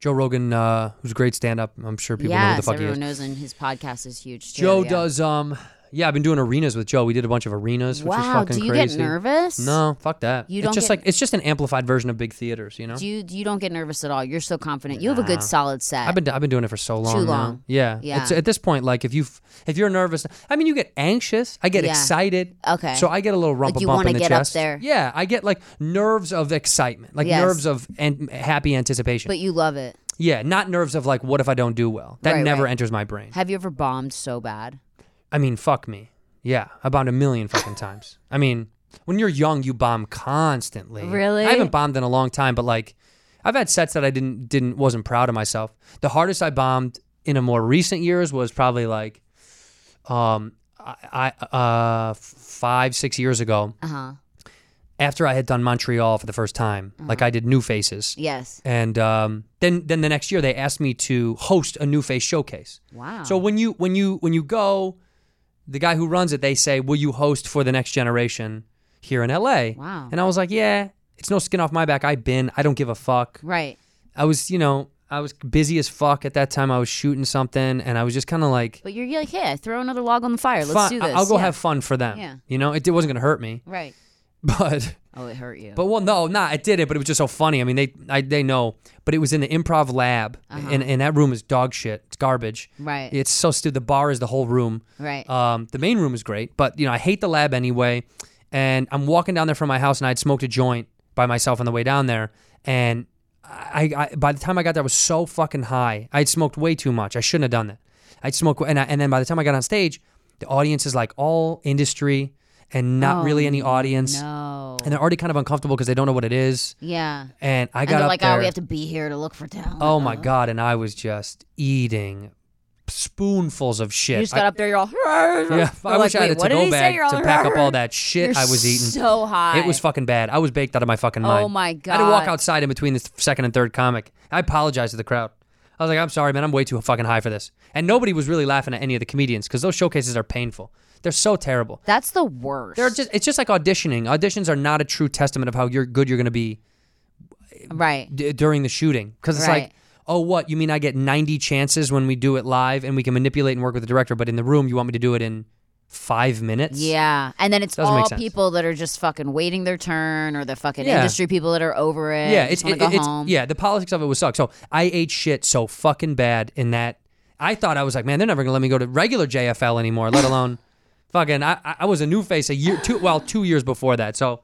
Speaker 2: Joe Rogan, uh, who's a great stand-up. I'm sure people know who the
Speaker 1: yes,
Speaker 2: fuck he is.
Speaker 1: everyone knows, and his podcast is huge. Too,
Speaker 2: Joe
Speaker 1: yeah.
Speaker 2: does. Um, yeah, I've been doing arenas with Joe. We did a bunch of arenas, which is
Speaker 1: Wow.
Speaker 2: fucking
Speaker 1: Do you
Speaker 2: crazy.
Speaker 1: get nervous?
Speaker 2: No, fuck that.
Speaker 1: You
Speaker 2: it's
Speaker 1: don't
Speaker 2: just
Speaker 1: get-
Speaker 2: like it's just an amplified version of big theaters, you know.
Speaker 1: Do you you don't get nervous at all? You're so confident. You have a good solid set.
Speaker 2: I've been I've been doing it for so long. now.
Speaker 1: long.
Speaker 2: Yeah.
Speaker 1: Yeah.
Speaker 2: It's, at this point, like if you if you're nervous, I mean, you get anxious. I get
Speaker 1: Yeah.
Speaker 2: excited.
Speaker 1: Okay.
Speaker 2: So I get a little rump
Speaker 1: you
Speaker 2: bump
Speaker 1: wanna
Speaker 2: in the
Speaker 1: get up
Speaker 2: chest.
Speaker 1: there.
Speaker 2: Yeah, I get like nerves of excitement, like
Speaker 1: Yes.
Speaker 2: nerves of and happy anticipation.
Speaker 1: but you love it.
Speaker 2: yeah, not nerves of like what if I don't do well. That
Speaker 1: Right,
Speaker 2: never
Speaker 1: right.
Speaker 2: enters my brain.
Speaker 1: Have you ever bombed so bad?
Speaker 2: I mean, fuck me. Yeah, about a million fucking times. I mean, when you're young, you bomb constantly.
Speaker 1: Really?
Speaker 2: I haven't bombed in a long time, but like, I've had sets that I didn't didn't wasn't proud of myself. The hardest I bombed in a more recent years was probably like, um, I, I uh f- five six years ago
Speaker 1: Uh huh.
Speaker 2: after I had done Montreal for the first time. Like I did New Faces.
Speaker 1: Yes.
Speaker 2: And um, then, then the next year they asked me to host a new face showcase.
Speaker 1: Wow.
Speaker 2: So when you when you when you go, the guy who runs it, they say, "Will you host for the next generation here in L.A.?"
Speaker 1: Wow.
Speaker 2: And I was like, "Yeah, it's no skin off my back. I've been. I don't give a fuck.
Speaker 1: right.
Speaker 2: I was, you know, I was busy as fuck at that time. I was shooting something, and I was just kind of like,
Speaker 1: But you're like, hey, throw another log on the fire. Let's
Speaker 2: fun.
Speaker 1: do
Speaker 2: I-
Speaker 1: this.
Speaker 2: I'll go
Speaker 1: Yeah.
Speaker 2: have fun for them.
Speaker 1: Yeah.
Speaker 2: You know, it, it wasn't gonna hurt me, (laughs)
Speaker 1: Right.
Speaker 2: but."
Speaker 1: Oh, it hurt you.
Speaker 2: But well, no, nah, it did it, but it was just so funny. I mean, they I, they know, but it was in the improv lab, and, and that room is dog shit. It's garbage.
Speaker 1: Uh-huh. Right.
Speaker 2: It's so stupid. The bar is the whole room.
Speaker 1: Right.
Speaker 2: Um, the main room is great, but you know I hate the lab anyway. And I'm walking down there from my house, and I had smoked a joint by myself on the way down there, and I, I by the time I got there, I was so fucking high. I had smoked way too much. I shouldn't have done that. I'd smoke, and I, and then by the time I got on stage, the audience is like all industry and not
Speaker 1: Oh,
Speaker 2: really any audience
Speaker 1: no.
Speaker 2: and they're already kind of uncomfortable because they don't know what it is.
Speaker 1: yeah.
Speaker 2: And I
Speaker 1: and
Speaker 2: got
Speaker 1: they're
Speaker 2: up
Speaker 1: like,
Speaker 2: there.
Speaker 1: oh, we have to Uh-huh. be here to look for talent.
Speaker 2: oh my god! And I was just eating spoonfuls of shit.
Speaker 1: You just
Speaker 2: I-
Speaker 1: got up there, you're all.
Speaker 2: yeah,
Speaker 1: They're
Speaker 2: I
Speaker 1: like,
Speaker 2: wish I had a
Speaker 1: "Wait, what did he
Speaker 2: to-go
Speaker 1: say?"
Speaker 2: bag
Speaker 1: You're all,
Speaker 2: to pack up all that shit
Speaker 1: You're
Speaker 2: I was eating.
Speaker 1: So high.
Speaker 2: It was fucking bad. I was baked out of my fucking mind.
Speaker 1: Oh my
Speaker 2: I had to walk
Speaker 1: God.
Speaker 2: outside in between the th- second and third comic. I apologized to the crowd. I was like, I'm sorry, man. I'm way too fucking high for this. And nobody was really laughing at any of the comedians because those showcases are painful. They're so terrible.
Speaker 1: That's the worst.
Speaker 2: They're just it's just like auditioning. Auditions are not a true testament of how you're good you're going to be
Speaker 1: right.
Speaker 2: d- during the shooting because it's
Speaker 1: Right.
Speaker 2: like oh what you mean i get 90 chances when we do it live and we can manipulate and work with the director but in the room you want me to do it in five minutes
Speaker 1: Yeah, and then it's
Speaker 2: Doesn't make
Speaker 1: all
Speaker 2: sense.
Speaker 1: people that are just fucking waiting their turn, or the fucking
Speaker 2: Yeah.
Speaker 1: industry people that are over it.
Speaker 2: yeah
Speaker 1: and
Speaker 2: it's,
Speaker 1: just want
Speaker 2: it-
Speaker 1: to go
Speaker 2: it's
Speaker 1: home.
Speaker 2: yeah the politics of it was suck so i ate shit so fucking bad in that i thought i was like man they're never gonna let me go to regular jfl anymore let alone (laughs) fucking I, I- I was a new face a year two well two years before that so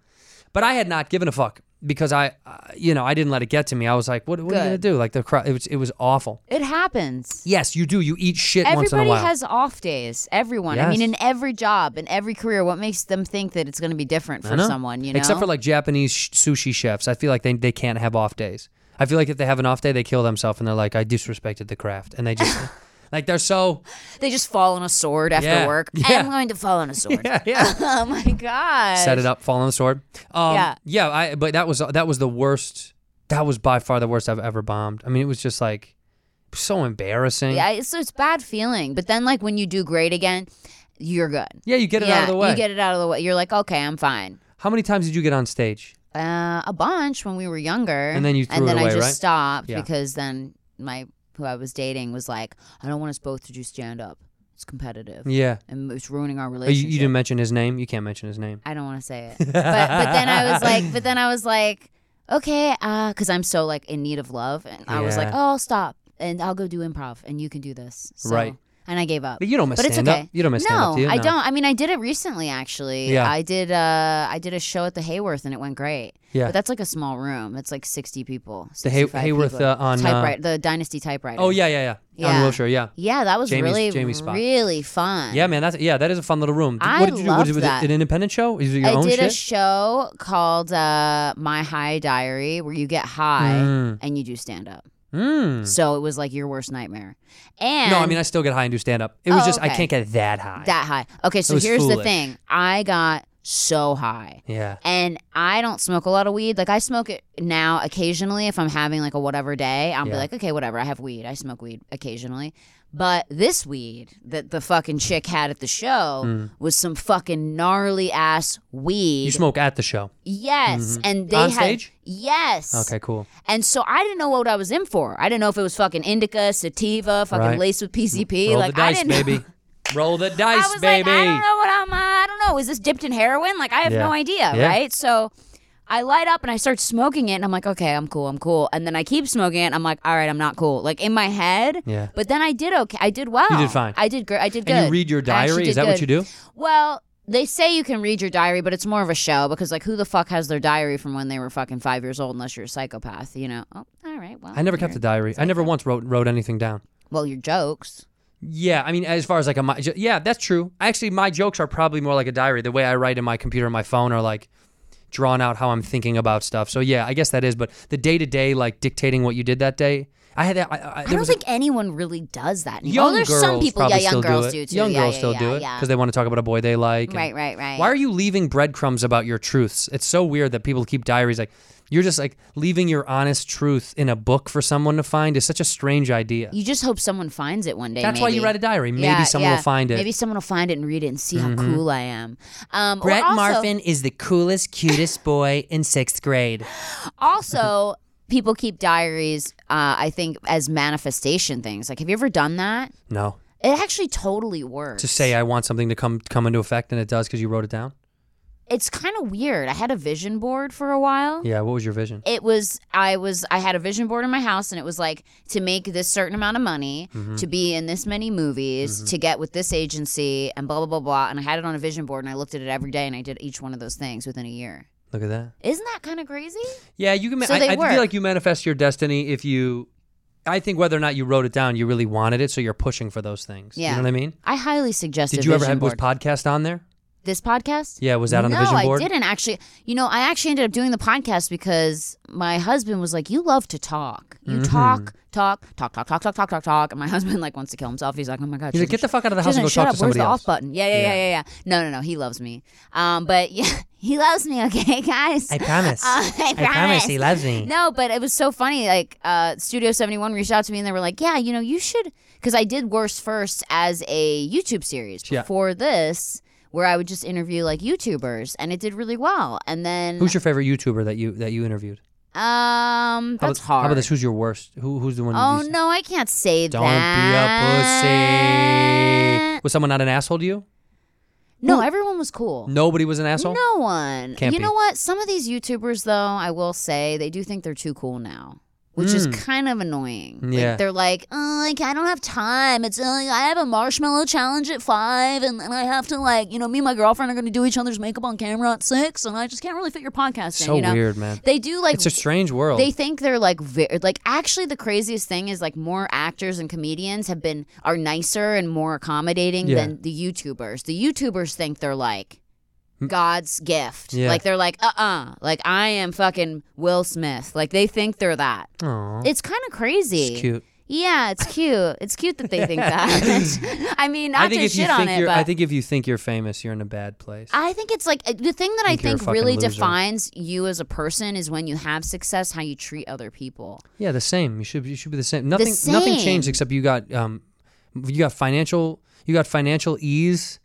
Speaker 2: but i had not given a fuck because i uh, you know i didn't let it get to me i was like what, what are you gonna
Speaker 1: Good.
Speaker 2: do like the crowd it was, it was awful
Speaker 1: It happens.
Speaker 2: yes you do you eat shit once in a
Speaker 1: Everybody
Speaker 2: while
Speaker 1: has off days. Everyone. I mean,
Speaker 2: Yes.
Speaker 1: in every job, in every career, what makes them think that it's going to be different for
Speaker 2: I know.
Speaker 1: someone? You know,
Speaker 2: Except for like Japanese sh- sushi chefs, I feel like they, they can't have off days. I feel like if they have an off day, they kill themselves and they're like, I disrespected the craft. And they just,
Speaker 1: (laughs)
Speaker 2: like, they're so,
Speaker 1: They just fall on a sword after
Speaker 2: Yeah. (laughs)
Speaker 1: work.
Speaker 2: Yeah.
Speaker 1: I'm going to fall on a sword.
Speaker 2: (laughs) yeah, yeah.
Speaker 1: (laughs) Oh my god.
Speaker 2: Set it up, fall on the sword. Um,
Speaker 1: Yeah.
Speaker 2: Yeah. I, but that was, that was the worst. That was by far the worst I've ever bombed. I mean, it was just like so embarrassing.
Speaker 1: Yeah, it's, it's bad feeling. But then like when you do great again, you're good.
Speaker 2: Yeah, you get it out of the way.
Speaker 1: You get it out of the way. You're like, okay, I'm fine.
Speaker 2: How many times did you get on stage?
Speaker 1: Uh, a bunch when we were younger,
Speaker 2: And then you threw it
Speaker 1: and then I
Speaker 2: away,
Speaker 1: just
Speaker 2: right?
Speaker 1: stopped
Speaker 2: Yeah.
Speaker 1: because then my who I was dating was like, I don't want us both to do stand up. It's competitive,
Speaker 2: Yeah.
Speaker 1: and it's ruining our
Speaker 2: Oh, You,
Speaker 1: relationship.
Speaker 2: you didn't mention his name. You can't mention his name.
Speaker 1: I don't want to say it.
Speaker 2: (laughs)
Speaker 1: But but then I was like, but then I was like, okay, because I'm so like in need of love, and I was like,
Speaker 2: Yeah.
Speaker 1: oh, I'll stop, and I'll go do improv, and you can do this, so,
Speaker 2: Right.
Speaker 1: And I gave up.
Speaker 2: But you don't miss
Speaker 1: But it's
Speaker 2: stand up.
Speaker 1: okay.
Speaker 2: You don't miss stand up.
Speaker 1: no,
Speaker 2: do you?
Speaker 1: I don't. I mean, I did it recently, actually.
Speaker 2: Yeah.
Speaker 1: I did. Uh, I did a show at the Hayworth, and it went great.
Speaker 2: Yeah.
Speaker 1: But that's like a small room. It's like sixty people.
Speaker 2: The Hay-
Speaker 1: 65
Speaker 2: Hayworth
Speaker 1: people.
Speaker 2: uh, on. uh,
Speaker 1: typewriter, the Dynasty typewriter.
Speaker 2: oh yeah, yeah, yeah. On
Speaker 1: Yeah.
Speaker 2: Wilshire, yeah.
Speaker 1: Yeah, that was
Speaker 2: Jamie's-
Speaker 1: really,
Speaker 2: Jamie's spot.
Speaker 1: really fun.
Speaker 2: Yeah, man, that's yeah, that is a fun little room. Did-
Speaker 1: I
Speaker 2: what did you do?
Speaker 1: loved
Speaker 2: was it
Speaker 1: that.
Speaker 2: an independent show? Is it your
Speaker 1: I
Speaker 2: own
Speaker 1: did a
Speaker 2: shit?
Speaker 1: show called uh, My High Diary, where you get high
Speaker 2: Mm.
Speaker 1: and you do stand up.
Speaker 2: Mm.
Speaker 1: So it was like your worst nightmare. And
Speaker 2: No, I mean I still get high and do stand up. It was
Speaker 1: Oh,
Speaker 2: just I
Speaker 1: okay.
Speaker 2: can't get that high.
Speaker 1: that high. Okay, so
Speaker 2: was
Speaker 1: here's the
Speaker 2: foolish.
Speaker 1: thing. I got so high.
Speaker 2: yeah.
Speaker 1: and I don't smoke a lot of weed. Like I smoke it now occasionally if I'm having like a whatever day. I'll
Speaker 2: Yeah.
Speaker 1: be like, okay, whatever. I have weed. I smoke weed occasionally. But this weed that the fucking chick had at the show was some fucking gnarly ass weed.
Speaker 2: Hmm. You smoke at the show.
Speaker 1: Yes, and they
Speaker 2: On
Speaker 1: had
Speaker 2: stage?
Speaker 1: yes.
Speaker 2: Okay, cool.
Speaker 1: And so I didn't know what I was in for. I didn't know if it was fucking indica, sativa, fucking
Speaker 2: Right.
Speaker 1: laced with PCP.
Speaker 2: Roll
Speaker 1: like
Speaker 2: the dice,
Speaker 1: I didn't (laughs)
Speaker 2: baby. Roll the dice,
Speaker 1: I was
Speaker 2: baby.
Speaker 1: like, I don't know what I'm. Uh, I don't know. Is this dipped in heroin? Like, I have
Speaker 2: Yeah.
Speaker 1: no idea,
Speaker 2: Yeah.
Speaker 1: right? So, I light up and I start smoking it, and I'm like, okay, I'm cool, I'm cool. And then I keep smoking it, and I'm like, all right, I'm not cool. Like in my head.
Speaker 2: Yeah.
Speaker 1: But then I did okay. I did well.
Speaker 2: You did fine.
Speaker 1: I did great. I did good.
Speaker 2: And you read your
Speaker 1: I actually
Speaker 2: diary? Is
Speaker 1: did
Speaker 2: that what
Speaker 1: good.
Speaker 2: you do?
Speaker 1: Well, they say you can read your diary, but it's more of a show because, like, who the fuck has their diary from when they were fucking five years old unless you're a psychopath, you know? Oh, all right. Well,
Speaker 2: I never kept a
Speaker 1: you're-
Speaker 2: diary. I never once wrote wrote anything down.
Speaker 1: Well, your jokes.
Speaker 2: Yeah, I mean, as far as like a my, j- yeah, that's true. Actually, my jokes are probably more like a diary. The way I write in my computer, and my phone, are like drawn out how I'm thinking about stuff. So yeah, I guess that is. But the day to day, like dictating what you did that day, I had that. I, I,
Speaker 1: I
Speaker 2: there
Speaker 1: don't
Speaker 2: was a-
Speaker 1: think anyone really does that. anymore.
Speaker 2: young
Speaker 1: oh, there's
Speaker 2: girls
Speaker 1: some people, yeah,
Speaker 2: probably
Speaker 1: young
Speaker 2: still
Speaker 1: girls
Speaker 2: do
Speaker 1: do,
Speaker 2: it.
Speaker 1: too.
Speaker 2: Young
Speaker 1: Yeah,
Speaker 2: girls
Speaker 1: yeah,
Speaker 2: still
Speaker 1: yeah,
Speaker 2: do it
Speaker 1: yeah.
Speaker 2: because they want to talk about a boy they like. and-
Speaker 1: Right, right, right.
Speaker 2: Why are you leaving breadcrumbs about your truths? It's so weird that people keep diaries. Like you're just like leaving your honest truth in a book for someone to find is such a strange idea.
Speaker 1: you just hope someone finds it one day.
Speaker 2: that's why you
Speaker 1: maybe.
Speaker 2: write a diary. Maybe
Speaker 1: Yeah,
Speaker 2: someone
Speaker 1: yeah.
Speaker 2: will find it. Mm-hmm.
Speaker 1: Maybe someone will find it and read it and see how cool I am. Um, or
Speaker 2: Brett
Speaker 1: also,
Speaker 2: (laughs) Marfin is the coolest, cutest boy in sixth grade.
Speaker 1: Also, people keep diaries. Uh, I think as manifestation things. Like, have you ever done that?
Speaker 2: No,
Speaker 1: It actually totally works.
Speaker 2: to say I want something to come come into effect and it does because you wrote it down.
Speaker 1: it's kind of weird. I had a vision board for a while.
Speaker 2: Yeah, what was your vision?
Speaker 1: it was I was I had a vision board in my house and it was like to make this certain amount of money,
Speaker 2: Mm-hmm.
Speaker 1: to be in this many movies, to get with this agency and blah blah blah blah and I had it on a vision board and I looked at it every day and I did each one of those things within a year.
Speaker 2: Look at that.
Speaker 1: Isn't that kind of crazy?
Speaker 2: Yeah, you can. ma-
Speaker 1: So
Speaker 2: I,
Speaker 1: they
Speaker 2: I
Speaker 1: work.
Speaker 2: feel like you manifest your destiny if you. I think whether or not you wrote it down, you really wanted it, so you're pushing for those things.
Speaker 1: Yeah.
Speaker 2: you know what I mean.
Speaker 1: I highly suggest
Speaker 2: Did
Speaker 1: a
Speaker 2: you ever
Speaker 1: vision
Speaker 2: have was
Speaker 1: board.
Speaker 2: podcast on there?
Speaker 1: this podcast?
Speaker 2: Yeah, was that on
Speaker 1: no,
Speaker 2: the vision board?
Speaker 1: I didn't actually. You know, I actually ended up doing the podcast because my husband was like, "You love to talk. You
Speaker 2: Mm-hmm.
Speaker 1: talk, talk, talk, talk, talk, talk, talk, talk, talk." And my (laughs) husband like wants to kill himself. He's like, "Oh my god,
Speaker 2: He's like,
Speaker 1: she's-
Speaker 2: get the fuck out of the
Speaker 1: She's
Speaker 2: house and go
Speaker 1: like, shut
Speaker 2: talk
Speaker 1: up.
Speaker 2: to
Speaker 1: Where's
Speaker 2: somebody
Speaker 1: the
Speaker 2: else.
Speaker 1: off button? Yeah, yeah, yeah, yeah, yeah. No, no, no. He loves me. Um, but (laughs) yeah, he loves me. Okay, (laughs) guys.
Speaker 2: I promise.
Speaker 1: Uh, (laughs) I
Speaker 2: I promise. He
Speaker 1: promise.
Speaker 2: loves me.
Speaker 1: no, but it was so funny. Like uh, Studio Seventy One reached out to me and they were like, "Yeah, you know, you should," because I did Worst First as a YouTube series
Speaker 2: Yeah.
Speaker 1: before this, where I would just interview like YouTubers, and it did really well. And then
Speaker 2: Who's your favorite YouTuber that you that you interviewed?
Speaker 1: um,
Speaker 2: How
Speaker 1: that's
Speaker 2: about,
Speaker 1: hard.
Speaker 2: How about this? Who's your worst? Who who's the one?
Speaker 1: Oh
Speaker 2: you
Speaker 1: no, I can't say
Speaker 2: Don't
Speaker 1: that.
Speaker 2: be a pussy. Was someone not an asshole to you?
Speaker 1: No, everyone was cool.
Speaker 2: Nobody was an asshole.
Speaker 1: No one.
Speaker 2: Can't
Speaker 1: you
Speaker 2: be.
Speaker 1: know what? Some of these YouTubers, though, I will say, they do think they're too cool now. Which is kind of annoying. Like,
Speaker 2: Hmm. Yeah.
Speaker 1: they're like, oh, like I don't have time. It's uh, I have a marshmallow challenge at five, and then I have to like, you know, me and my girlfriend are going to do each other's makeup on camera at six, and I just can't really fit your podcast
Speaker 2: So
Speaker 1: in. You know,
Speaker 2: weird, man.
Speaker 1: they do like
Speaker 2: It's a strange world.
Speaker 1: they think they're like ve- like actually the craziest thing is like more actors and comedians have been are nicer and more accommodating
Speaker 2: Yeah.
Speaker 1: than the YouTubers. The YouTubers think they're like God's gift.
Speaker 2: Hmm. Yeah.
Speaker 1: Like they're like, uh uh Like I am fucking Will Smith. Like they think they're that.
Speaker 2: Aw.
Speaker 1: It's kind of crazy.
Speaker 2: Oh. It's cute.
Speaker 1: Yeah, it's cute. It's cute that they think
Speaker 2: (laughs)
Speaker 1: that. (laughs) I mean, not
Speaker 2: I think
Speaker 1: to
Speaker 2: if you
Speaker 1: shit
Speaker 2: think
Speaker 1: on it,
Speaker 2: you're,
Speaker 1: but
Speaker 2: I think if you think you're famous, you're in a bad place.
Speaker 1: I think it's like the thing that I
Speaker 2: Think you're a
Speaker 1: think really
Speaker 2: fucking loser.
Speaker 1: defines you as a person is when you have success, how you treat other people.
Speaker 2: yeah, the same. You should you should be the same. Nothing nothing changed
Speaker 1: same.
Speaker 2: except you got um you got financial you got financial ease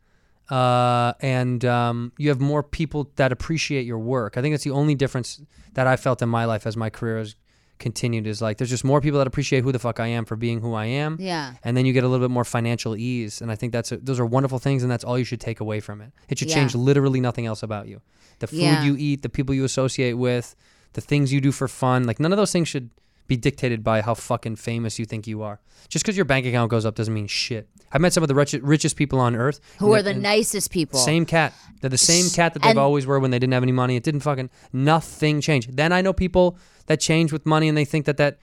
Speaker 2: uh and um you have more people that appreciate your work. I think that's the only difference that I felt in my life as my career has continued is like there's just more people that appreciate who the fuck I am for being who I am.
Speaker 1: Yeah.
Speaker 2: and then you get a little bit more financial ease and i think that's a, those are wonderful things and that's all you should take away from it it should
Speaker 1: Yeah.
Speaker 2: change literally nothing else about you the food
Speaker 1: Yeah.
Speaker 2: you eat the people you associate with the things you do for fun like none of those things should be dictated by how fucking famous you think you are just because your bank account goes up doesn't mean shit i met some of the richest, richest people on earth
Speaker 1: Who
Speaker 2: and
Speaker 1: are the
Speaker 2: and
Speaker 1: nicest people?
Speaker 2: same cat they're the same cat that they've
Speaker 1: and-
Speaker 2: always were when they didn't have any money it didn't fucking nothing changed then i know people that change with money and they think that that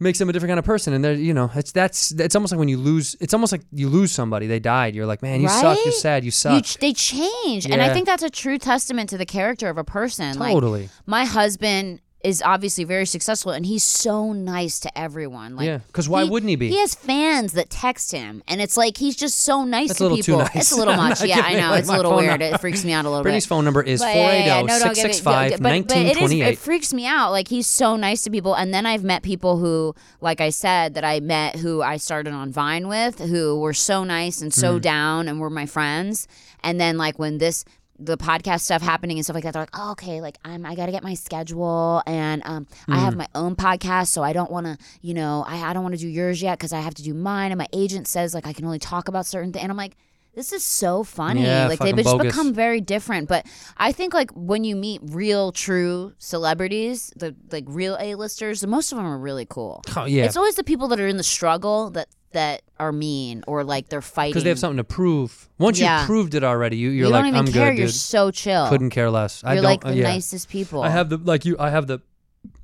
Speaker 2: makes them a different kind of person. And they're, you know, it's that's it's almost like when you lose, it's almost like you lose somebody. They died. You're like, man, you suck. You're
Speaker 1: Right?
Speaker 2: sad. You
Speaker 1: You,
Speaker 2: suck.
Speaker 1: ch- they change. And I
Speaker 2: Yeah.
Speaker 1: think that's a true testament to the character of a person. Like,
Speaker 2: totally.
Speaker 1: my husband is obviously very successful and he's so nice to everyone. Like,
Speaker 2: yeah. Because why wouldn't he be?
Speaker 1: He has fans that text him, and it's like he's just so nice
Speaker 2: That's
Speaker 1: to
Speaker 2: a little too
Speaker 1: people.
Speaker 2: nice.
Speaker 1: It's a little
Speaker 2: (laughs) I'm
Speaker 1: much.
Speaker 2: not
Speaker 1: Yeah, I
Speaker 2: giving
Speaker 1: know.
Speaker 2: away
Speaker 1: It's a
Speaker 2: my
Speaker 1: little
Speaker 2: phone
Speaker 1: weird.
Speaker 2: number.
Speaker 1: It freaks me out a little
Speaker 2: Brittany's
Speaker 1: bit.
Speaker 2: phone number is oh,
Speaker 1: But yeah, yeah, yeah.
Speaker 2: 480
Speaker 1: No, don't give it-
Speaker 2: 665
Speaker 1: but- but it, is, it
Speaker 2: 1928.
Speaker 1: freaks me out. Like he's so nice to people, and then I've met people who, like I said, that I met who I started on Vine with, who were so nice and
Speaker 2: Mm.
Speaker 1: so down, and were my friends. And then like when this the podcast stuff happening and stuff like that, they're like, oh, okay, like I'm I got to get my schedule, and um, I
Speaker 2: Mm.
Speaker 1: have my own podcast, so I don't want to, you know, I I don't want to do yours yet because I have to do mine, and my agent says like I can only talk about certain things, and I'm like. This is so funny.
Speaker 2: Yeah,
Speaker 1: like they've
Speaker 2: fucking
Speaker 1: just
Speaker 2: bogus.
Speaker 1: become very different. But I think like when you meet real, true celebrities, the like real A-listers, most of them are really cool.
Speaker 2: Oh, yeah.
Speaker 1: It's always the people that are in the struggle that that are mean or like they're fighting.
Speaker 2: Because they have something to prove. Once
Speaker 1: Yeah.
Speaker 2: you've proved it already, you, you're
Speaker 1: you
Speaker 2: like,
Speaker 1: don't even
Speaker 2: I'm
Speaker 1: care.
Speaker 2: good,
Speaker 1: You're
Speaker 2: dude.
Speaker 1: so chill.
Speaker 2: Couldn't care less. I
Speaker 1: You're
Speaker 2: don't.
Speaker 1: like the
Speaker 2: uh, yeah.
Speaker 1: nicest people.
Speaker 2: I have the like you. I have the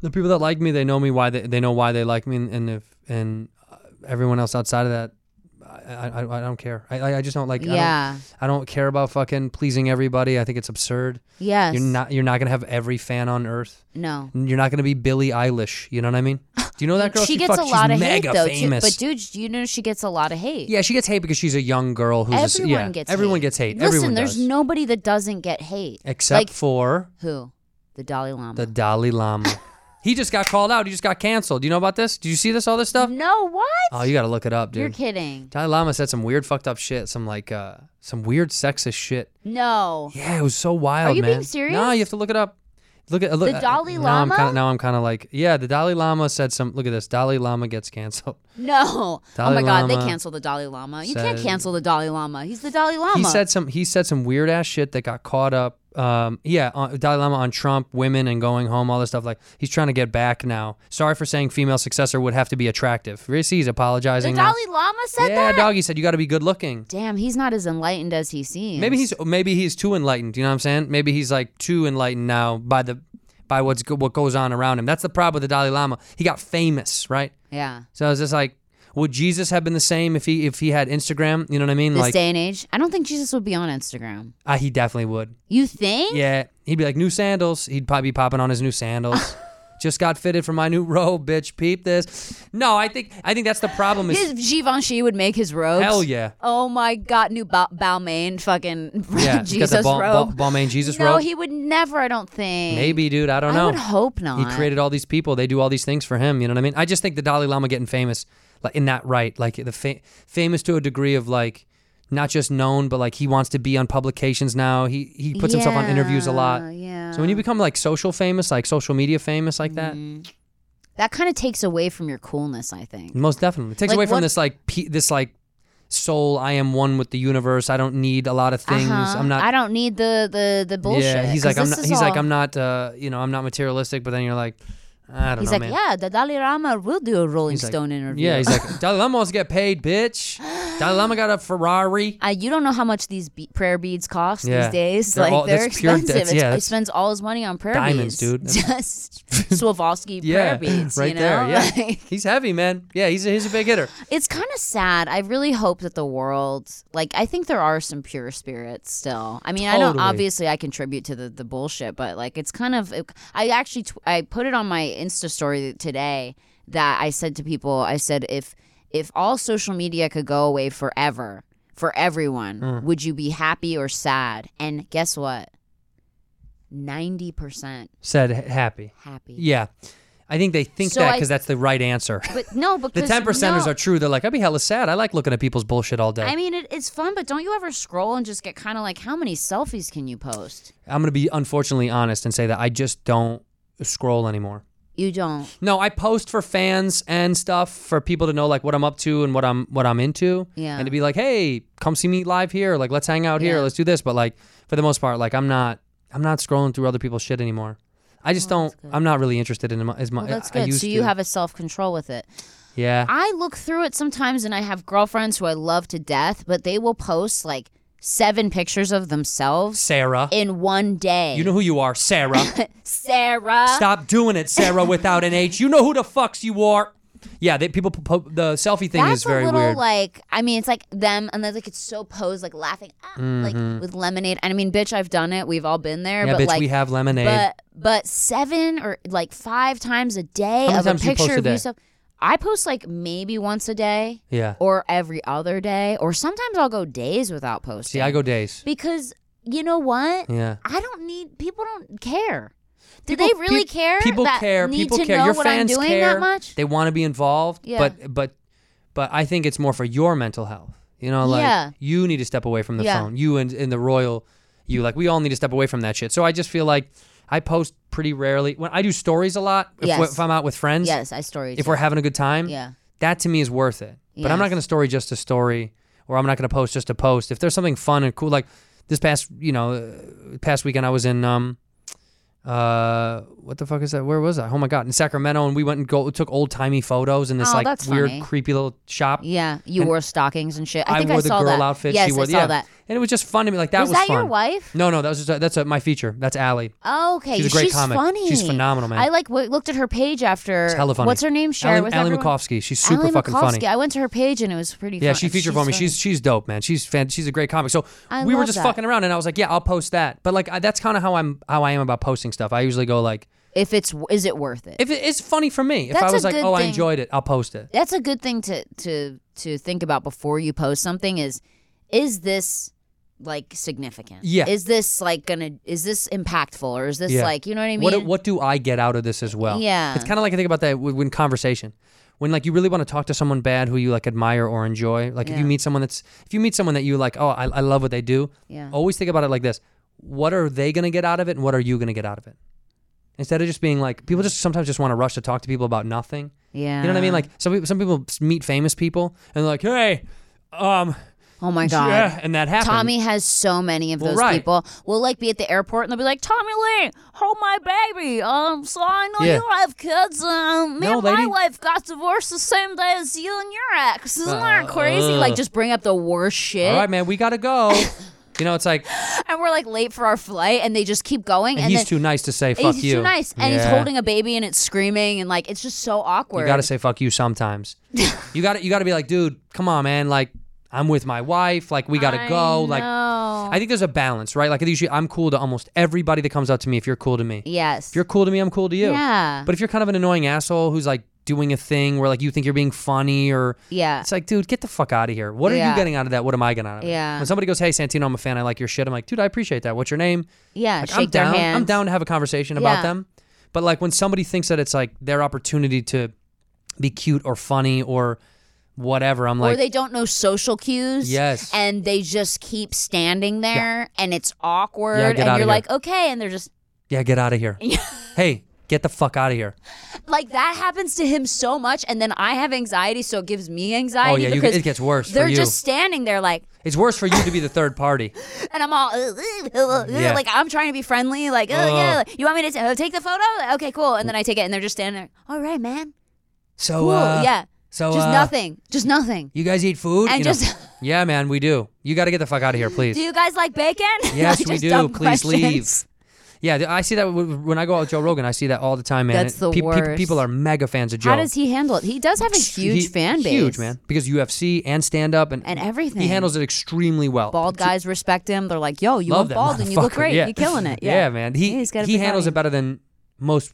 Speaker 2: the people that like me. They know me. Why they they know why they like me. And, and if and uh, everyone else outside of that, I I, I- I don't care. I- I I just don't like. I don't,
Speaker 1: yeah.
Speaker 2: I don't care about fucking pleasing everybody. I think it's absurd.
Speaker 1: Yes.
Speaker 2: You're not you're not gonna have every fan on earth.
Speaker 1: No.
Speaker 2: You're not gonna be Billie Eilish. You know what I mean? Do you know that girl?
Speaker 1: She gets
Speaker 2: fuck-
Speaker 1: a lot
Speaker 2: she's
Speaker 1: of hate
Speaker 2: mega
Speaker 1: though. too.
Speaker 2: famous.
Speaker 1: But dude, you know she gets a lot of hate.
Speaker 2: yeah, she gets hate because she's a young girl who's a s-
Speaker 1: Everyone
Speaker 2: yeah,
Speaker 1: gets
Speaker 2: everyone
Speaker 1: hate.
Speaker 2: gets hate.
Speaker 1: Listen,
Speaker 2: everyone
Speaker 1: there's
Speaker 2: does.
Speaker 1: nobody that doesn't get hate.
Speaker 2: except
Speaker 1: like
Speaker 2: for
Speaker 1: who? The Dalai Lama.
Speaker 2: the Dalai Lama. he just got called out. He just got canceled. Do you know about this? Did you see this? All this stuff?
Speaker 1: No, what?
Speaker 2: Oh, you got to look it up,
Speaker 1: You're
Speaker 2: dude.
Speaker 1: kidding.
Speaker 2: Dalai Lama said some weird fucked up shit. Some like uh some weird sexist shit.
Speaker 1: No.
Speaker 2: Yeah, it was so wild.
Speaker 1: you
Speaker 2: man.
Speaker 1: being serious?
Speaker 2: No, you have to look it up. Look at look,
Speaker 1: The Dalai
Speaker 2: Now I'm
Speaker 1: Lama?
Speaker 2: kinda, now I'm kind of like, yeah, the Dalai Lama said some. Look at this. Dalai Lama gets canceled.
Speaker 1: No. oh my
Speaker 2: Dalai
Speaker 1: God, they
Speaker 2: Lama
Speaker 1: canceled the Dalai Lama. You can't
Speaker 2: said-
Speaker 1: cancel the Dalai Lama. He's the Dalai Lama.
Speaker 2: He said some. He said some weird ass shit that got caught up. Um, yeah, on, Dalai Lama on Trump, women and going home, all this stuff. Like he's trying to get back now. Sorry for saying female successor would have to be attractive. You see, he's
Speaker 1: the
Speaker 2: apologizing. now.
Speaker 1: Dalai Lama said
Speaker 2: yeah,
Speaker 1: that.
Speaker 2: dog. He said you got to be good looking.
Speaker 1: Damn, he's not as enlightened as he seems.
Speaker 2: Maybe he's maybe he's too enlightened. You know what I'm saying? Maybe he's like too enlightened now by the by what's go, what goes on around him. That's the problem with the Dalai Lama. He got famous, right?
Speaker 1: Yeah.
Speaker 2: So it's just like, would Jesus have been the same if he if he had Instagram? You know what I mean?
Speaker 1: This
Speaker 2: like,
Speaker 1: day and age, I don't think Jesus would be on Instagram.
Speaker 2: uh, he definitely would.
Speaker 1: You think?
Speaker 2: Yeah, he'd be like new sandals. He'd probably be popping on his
Speaker 1: (laughs)
Speaker 2: new sandals. just got fitted for my new robe, bitch. Peep this. No, I think I think that's the problem. Is
Speaker 1: His Givenchy would make his robes.
Speaker 2: hell yeah.
Speaker 1: Oh my God, new ba- Balmain fucking (laughs)
Speaker 2: Yeah, he's got the
Speaker 1: Jesus
Speaker 2: Bal- Bal-
Speaker 1: robe.
Speaker 2: Balmain Jesus
Speaker 1: no,
Speaker 2: robe.
Speaker 1: he would never. I don't think.
Speaker 2: Maybe, dude. I don't
Speaker 1: I
Speaker 2: know.
Speaker 1: would hope not.
Speaker 2: He created all these people. They do all these things for him. You know what I mean? I just think the Dalai Lama getting famous, like in that right, like the fa- famous to a degree of like not just known, but like he wants to be on publications now. He he puts himself on interviews a lot.
Speaker 1: Yeah.
Speaker 2: So when you become like social famous, like social media famous, like that,
Speaker 1: that kind of takes away from your coolness, I think.
Speaker 2: most definitely it takes
Speaker 1: Like
Speaker 2: away from
Speaker 1: what-
Speaker 2: this like pe- this like soul. I am one with the universe. I don't need a lot of things.
Speaker 1: Uh-huh.
Speaker 2: I'm not.
Speaker 1: I don't need the the the bullshit.
Speaker 2: yeah, he's like
Speaker 1: 'cause
Speaker 2: I'm.
Speaker 1: this
Speaker 2: Not,
Speaker 1: is
Speaker 2: he's like
Speaker 1: all-
Speaker 2: I'm not. Uh, you know, I'm not materialistic. But then you're like, I don't
Speaker 1: He's
Speaker 2: know,
Speaker 1: like,
Speaker 2: man.
Speaker 1: yeah, the Dalai Lama will do a Rolling
Speaker 2: like-
Speaker 1: Stone interview. (laughs)
Speaker 2: Yeah, he's like, Dalai Lama wants to get paid, bitch. Dalai Lama got a
Speaker 1: (laughs)
Speaker 2: Ferrari.
Speaker 1: Uh, you don't know how much these be- prayer beads cost
Speaker 2: Yeah.
Speaker 1: these days.
Speaker 2: They're
Speaker 1: like
Speaker 2: all-
Speaker 1: they're
Speaker 2: that's pure-
Speaker 1: expensive.
Speaker 2: that's-
Speaker 1: It's-
Speaker 2: yeah,
Speaker 1: he
Speaker 2: that's-
Speaker 1: spends all his money on prayer
Speaker 2: Diamonds,
Speaker 1: beads,
Speaker 2: dude.
Speaker 1: (laughs) Just
Speaker 2: (laughs)
Speaker 1: Swarovski
Speaker 2: Yeah,
Speaker 1: prayer beads.
Speaker 2: right
Speaker 1: you know?
Speaker 2: there. Yeah,
Speaker 1: (laughs) Like,
Speaker 2: he's heavy, man. Yeah, he's a, he's a big hitter.
Speaker 1: it's kind of sad. I really hope that the world, like, I think there are some pure spirits still. I mean, I don't
Speaker 2: Totally.
Speaker 1: obviously I contribute to the, the bullshit, but like, it's kind of. It, I actually tw- I put it on my Insta story today that I said to people, I said if if all social media could go away forever for everyone,
Speaker 2: Hmm.
Speaker 1: would you be happy or sad? And guess what? Ninety percent
Speaker 2: Said h- happy.
Speaker 1: happy.
Speaker 2: Yeah, I think they think
Speaker 1: So
Speaker 2: that
Speaker 1: I-
Speaker 2: because that's the right
Speaker 1: (laughs)
Speaker 2: answer.
Speaker 1: But no,
Speaker 2: The
Speaker 1: because
Speaker 2: ten percenters
Speaker 1: no.
Speaker 2: are true. They're like, I'd be hella sad. I like looking at people's bullshit all day.
Speaker 1: I mean, it, it's fun, but don't you ever scroll and just get kind of like, how many selfies can you post?
Speaker 2: I'm gonna be unfortunately honest and say that I just don't scroll anymore.
Speaker 1: You don't.
Speaker 2: No, I post for fans and stuff for people to know like what I'm up to and what I'm what I'm into.
Speaker 1: Yeah.
Speaker 2: And to be like, hey, come see me live here. Like, let's hang out here.
Speaker 1: Yeah.
Speaker 2: Let's do this. But like, for the most part, like, I'm not I'm not scrolling through other people's shit anymore. I just don't. I'm not really interested in it mu- as much.
Speaker 1: Oh, Well, that's
Speaker 2: I
Speaker 1: good.
Speaker 2: used
Speaker 1: So you
Speaker 2: to.
Speaker 1: have a self control with it.
Speaker 2: Yeah.
Speaker 1: I look through it sometimes, and I have girlfriends who I love to death, but they will post like seven pictures of themselves
Speaker 2: Sarah,
Speaker 1: in one day.
Speaker 2: you know who you
Speaker 1: (laughs)
Speaker 2: are, Sarah.
Speaker 1: Sarah.
Speaker 2: Stop doing it, Sarah, without an H. You know who the fucks you are. Yeah, they, people. po- po- the selfie thing
Speaker 1: That's
Speaker 2: is very
Speaker 1: a little
Speaker 2: weird.
Speaker 1: like I mean it's like them and then like it's so posed like laughing ah, like with lemonade and I mean bitch I've done it we've all been there
Speaker 2: Mm-hmm. yeah,
Speaker 1: but
Speaker 2: bitch,
Speaker 1: like
Speaker 2: we have lemonade.
Speaker 1: But but seven or like five times a day
Speaker 2: many
Speaker 1: of a
Speaker 2: times do you
Speaker 1: picture
Speaker 2: post a
Speaker 1: of
Speaker 2: day?
Speaker 1: yourself. I post like maybe once a day
Speaker 2: yeah.
Speaker 1: or every other day, or sometimes I'll go days without posting.
Speaker 2: See, I go days.
Speaker 1: because you know what?
Speaker 2: Yeah.
Speaker 1: I don't need people don't care. Do
Speaker 2: People-
Speaker 1: they really
Speaker 2: peop-
Speaker 1: care?
Speaker 2: People
Speaker 1: that
Speaker 2: care.
Speaker 1: Need
Speaker 2: people
Speaker 1: to
Speaker 2: care.
Speaker 1: Know
Speaker 2: your
Speaker 1: what
Speaker 2: fans
Speaker 1: I'm doing
Speaker 2: care.
Speaker 1: that much?
Speaker 2: They want to be involved.
Speaker 1: Yeah.
Speaker 2: But but but I think it's more for your mental health. You know, like
Speaker 1: Yeah.
Speaker 2: you need to step away from the
Speaker 1: Yeah.
Speaker 2: phone. You and, and the royal you like we all need to step away from that shit. So I just feel like I post pretty rarely. When I do stories a lot, if,
Speaker 1: Yes.
Speaker 2: we- if I'm out with friends,
Speaker 1: yes, I story.
Speaker 2: if we're having a good time,
Speaker 1: yeah,
Speaker 2: that to me is worth it. But I'm not
Speaker 1: Yes.
Speaker 2: going to story just a story, or I'm not going to post just a post. If there's something fun and cool, like this past, you know, uh, past weekend I was in, um, uh, what the fuck is that? Where was I? Oh my god, in Sacramento, and we went and go took old timey photos in this
Speaker 1: Oh,
Speaker 2: like
Speaker 1: that's
Speaker 2: weird,
Speaker 1: funny.
Speaker 2: creepy little shop.
Speaker 1: yeah. You wore stockings and shit. I,
Speaker 2: I
Speaker 1: think
Speaker 2: wore
Speaker 1: I
Speaker 2: the
Speaker 1: saw
Speaker 2: girl
Speaker 1: that.
Speaker 2: outfit.
Speaker 1: Yes,
Speaker 2: she wore
Speaker 1: I
Speaker 2: the-
Speaker 1: saw
Speaker 2: yeah.
Speaker 1: that.
Speaker 2: and it was just fun to me. Like that
Speaker 1: Was
Speaker 2: was,
Speaker 1: that your
Speaker 2: fun.
Speaker 1: wife?
Speaker 2: No, no, that was just a, that's a, my feature. That's Allie.
Speaker 1: Oh, okay.
Speaker 2: She's a great comic.
Speaker 1: funny.
Speaker 2: She's phenomenal, man.
Speaker 1: I like w- looked at her page after.
Speaker 2: It's hella funny.
Speaker 1: What's her name? Share
Speaker 2: Allie,
Speaker 1: it with
Speaker 2: Allie
Speaker 1: everyone.
Speaker 2: Makovsky. She's super
Speaker 1: Allie
Speaker 2: fucking
Speaker 1: Makovsky.
Speaker 2: funny.
Speaker 1: I went to her page and it was pretty.
Speaker 2: Yeah,
Speaker 1: fun.
Speaker 2: she featured for me. She's she's dope, man. She's fan. She's a great comic. So
Speaker 1: I
Speaker 2: we were
Speaker 1: love
Speaker 2: just
Speaker 1: that.
Speaker 2: fucking around, and I was like, yeah, I'll post that. But like, I, that's kind of how I'm how I am about posting stuff. I usually go like,
Speaker 1: If it's is it worth it?
Speaker 2: if it, it's funny for me, if I
Speaker 1: That's a
Speaker 2: was like,
Speaker 1: good
Speaker 2: oh, I
Speaker 1: thing.
Speaker 2: enjoyed it, I'll post it.
Speaker 1: That's a good thing to to to think about before you post something. Is is this like significant?
Speaker 2: Yeah.
Speaker 1: Is this like gonna? Is this impactful or is this
Speaker 2: Yeah.
Speaker 1: like you know what I mean?
Speaker 2: What what do I get out of this as well?
Speaker 1: Yeah.
Speaker 2: it's kind of like I think about that w- when conversation. When like you really want to talk to someone bad who you like admire or enjoy, like if you
Speaker 1: Yeah.
Speaker 2: meet someone that's if you meet someone that you like, oh, I, I love what they do.
Speaker 1: Yeah.
Speaker 2: Always think about it like this: what are they gonna get out of it, and what are you gonna get out of it? Instead of just being like, people just sometimes just want to rush to talk to people about nothing.
Speaker 1: yeah.
Speaker 2: You know what I mean? Like some people, some people meet famous people and they're like, "Hey, um,
Speaker 1: oh my god.
Speaker 2: yeah," and that happened.
Speaker 1: Tommy has so many of
Speaker 2: Well,
Speaker 1: those
Speaker 2: right.
Speaker 1: people. We'll like be at the airport and they'll be like, Tommy Lee, hold my baby. Um, so I know
Speaker 2: Yeah.
Speaker 1: you have kids. Um, me
Speaker 2: No,
Speaker 1: and
Speaker 2: lady.
Speaker 1: my wife got divorced the same day as you and your ex. Isn't that
Speaker 2: Uh,
Speaker 1: crazy? Like,
Speaker 2: ugh.
Speaker 1: just bring up the worst shit.
Speaker 2: All right, man, we
Speaker 1: (laughs)
Speaker 2: gotta go. you know, it's like
Speaker 1: And we're like late for our flight and they just keep going. And,
Speaker 2: he's
Speaker 1: then
Speaker 2: too nice to say fuck
Speaker 1: he's
Speaker 2: you.
Speaker 1: too nice. And he's
Speaker 2: Yeah.
Speaker 1: holding a baby and it's screaming and like, it's just so awkward.
Speaker 2: You gotta say fuck
Speaker 1: (laughs)
Speaker 2: you sometimes. you gotta you gotta be like, dude, come on, man. Like I'm with my wife. Like we gotta go. Like I think there's a balance, right? Like usually I'm cool to almost everybody that comes up to me. If you're cool to me,
Speaker 1: yes.
Speaker 2: if you're cool to me, I'm cool to you.
Speaker 1: yeah.
Speaker 2: But if you're kind of an annoying asshole who's like doing a thing where like you think you're being funny or
Speaker 1: yeah.
Speaker 2: It's like, dude, get the fuck out of here. What are you
Speaker 1: Uh, Yeah.
Speaker 2: getting out of that? What am I getting out of it?
Speaker 1: Yeah.
Speaker 2: When somebody goes, hey, Santino, I'm a fan. I like your shit. I'm like, dude, I appreciate that. What's your name?
Speaker 1: Yeah.
Speaker 2: Like,
Speaker 1: Shake
Speaker 2: I'm
Speaker 1: their
Speaker 2: down.
Speaker 1: hands.
Speaker 2: I'm down to have a conversation about
Speaker 1: Yeah.
Speaker 2: them. But like when somebody thinks that it's like their opportunity to be cute or funny or whatever, I'm
Speaker 1: or
Speaker 2: like,
Speaker 1: they don't know social cues.
Speaker 2: Yes.
Speaker 1: And they just keep standing there and it's awkward.
Speaker 2: Yeah, get
Speaker 1: and
Speaker 2: outta
Speaker 1: you're
Speaker 2: here.
Speaker 1: like, okay. And they're just
Speaker 2: yeah, get out of here. (laughs) hey, get the fuck out of here.
Speaker 1: like, that happens to him so much. And then I have anxiety. So it gives me
Speaker 2: Oh,
Speaker 1: anxiety.
Speaker 2: yeah, you,
Speaker 1: because
Speaker 2: it gets worse for
Speaker 1: they're
Speaker 2: you.
Speaker 1: just standing there like,
Speaker 2: It's worse for you to be the third party.
Speaker 1: and I'm all "Ugh, ugh, ugh, ugh," (laughs)
Speaker 2: Yeah.
Speaker 1: like I'm trying to be friendly, like "Ugh,
Speaker 2: Ugh.
Speaker 1: yeah, like, you want me to t- take the photo? Like, okay, cool. And then I take it, and they're just standing there. All right, man,
Speaker 2: So,
Speaker 1: cool,
Speaker 2: uh,
Speaker 1: yeah.
Speaker 2: So,
Speaker 1: just
Speaker 2: uh,
Speaker 1: nothing, just nothing.
Speaker 2: You guys eat food?
Speaker 1: And
Speaker 2: You know,
Speaker 1: just-
Speaker 2: (laughs) Yeah, man, we do. You got to get the fuck out of here, please.
Speaker 4: Do you guys like bacon?
Speaker 1: (laughs)
Speaker 2: yes, we
Speaker 4: Just
Speaker 2: do.
Speaker 4: dumb
Speaker 2: Please leave.
Speaker 4: questions.
Speaker 2: Yeah, th- I see that w- when I go out with Joe Rogan. I see that all the time, man.
Speaker 1: That's the worst.
Speaker 2: people are mega fans of Joe.
Speaker 1: How does he handle it? He does have a huge
Speaker 2: He-
Speaker 1: fan base.
Speaker 2: Huge man, because UFC and stand up and
Speaker 1: And everything.
Speaker 2: He handles it extremely well.
Speaker 1: Bald guys respect him. They're like, yo, you
Speaker 2: Love
Speaker 1: look
Speaker 2: that
Speaker 1: bald and you
Speaker 2: (laughs)
Speaker 1: look
Speaker 2: motherfucker.
Speaker 1: great.
Speaker 2: Yeah.
Speaker 1: You're killing it. Yeah,
Speaker 2: Yeah, man. He
Speaker 1: Yeah, he's got a
Speaker 2: he
Speaker 1: big
Speaker 2: handles it
Speaker 1: audience.
Speaker 2: better than most.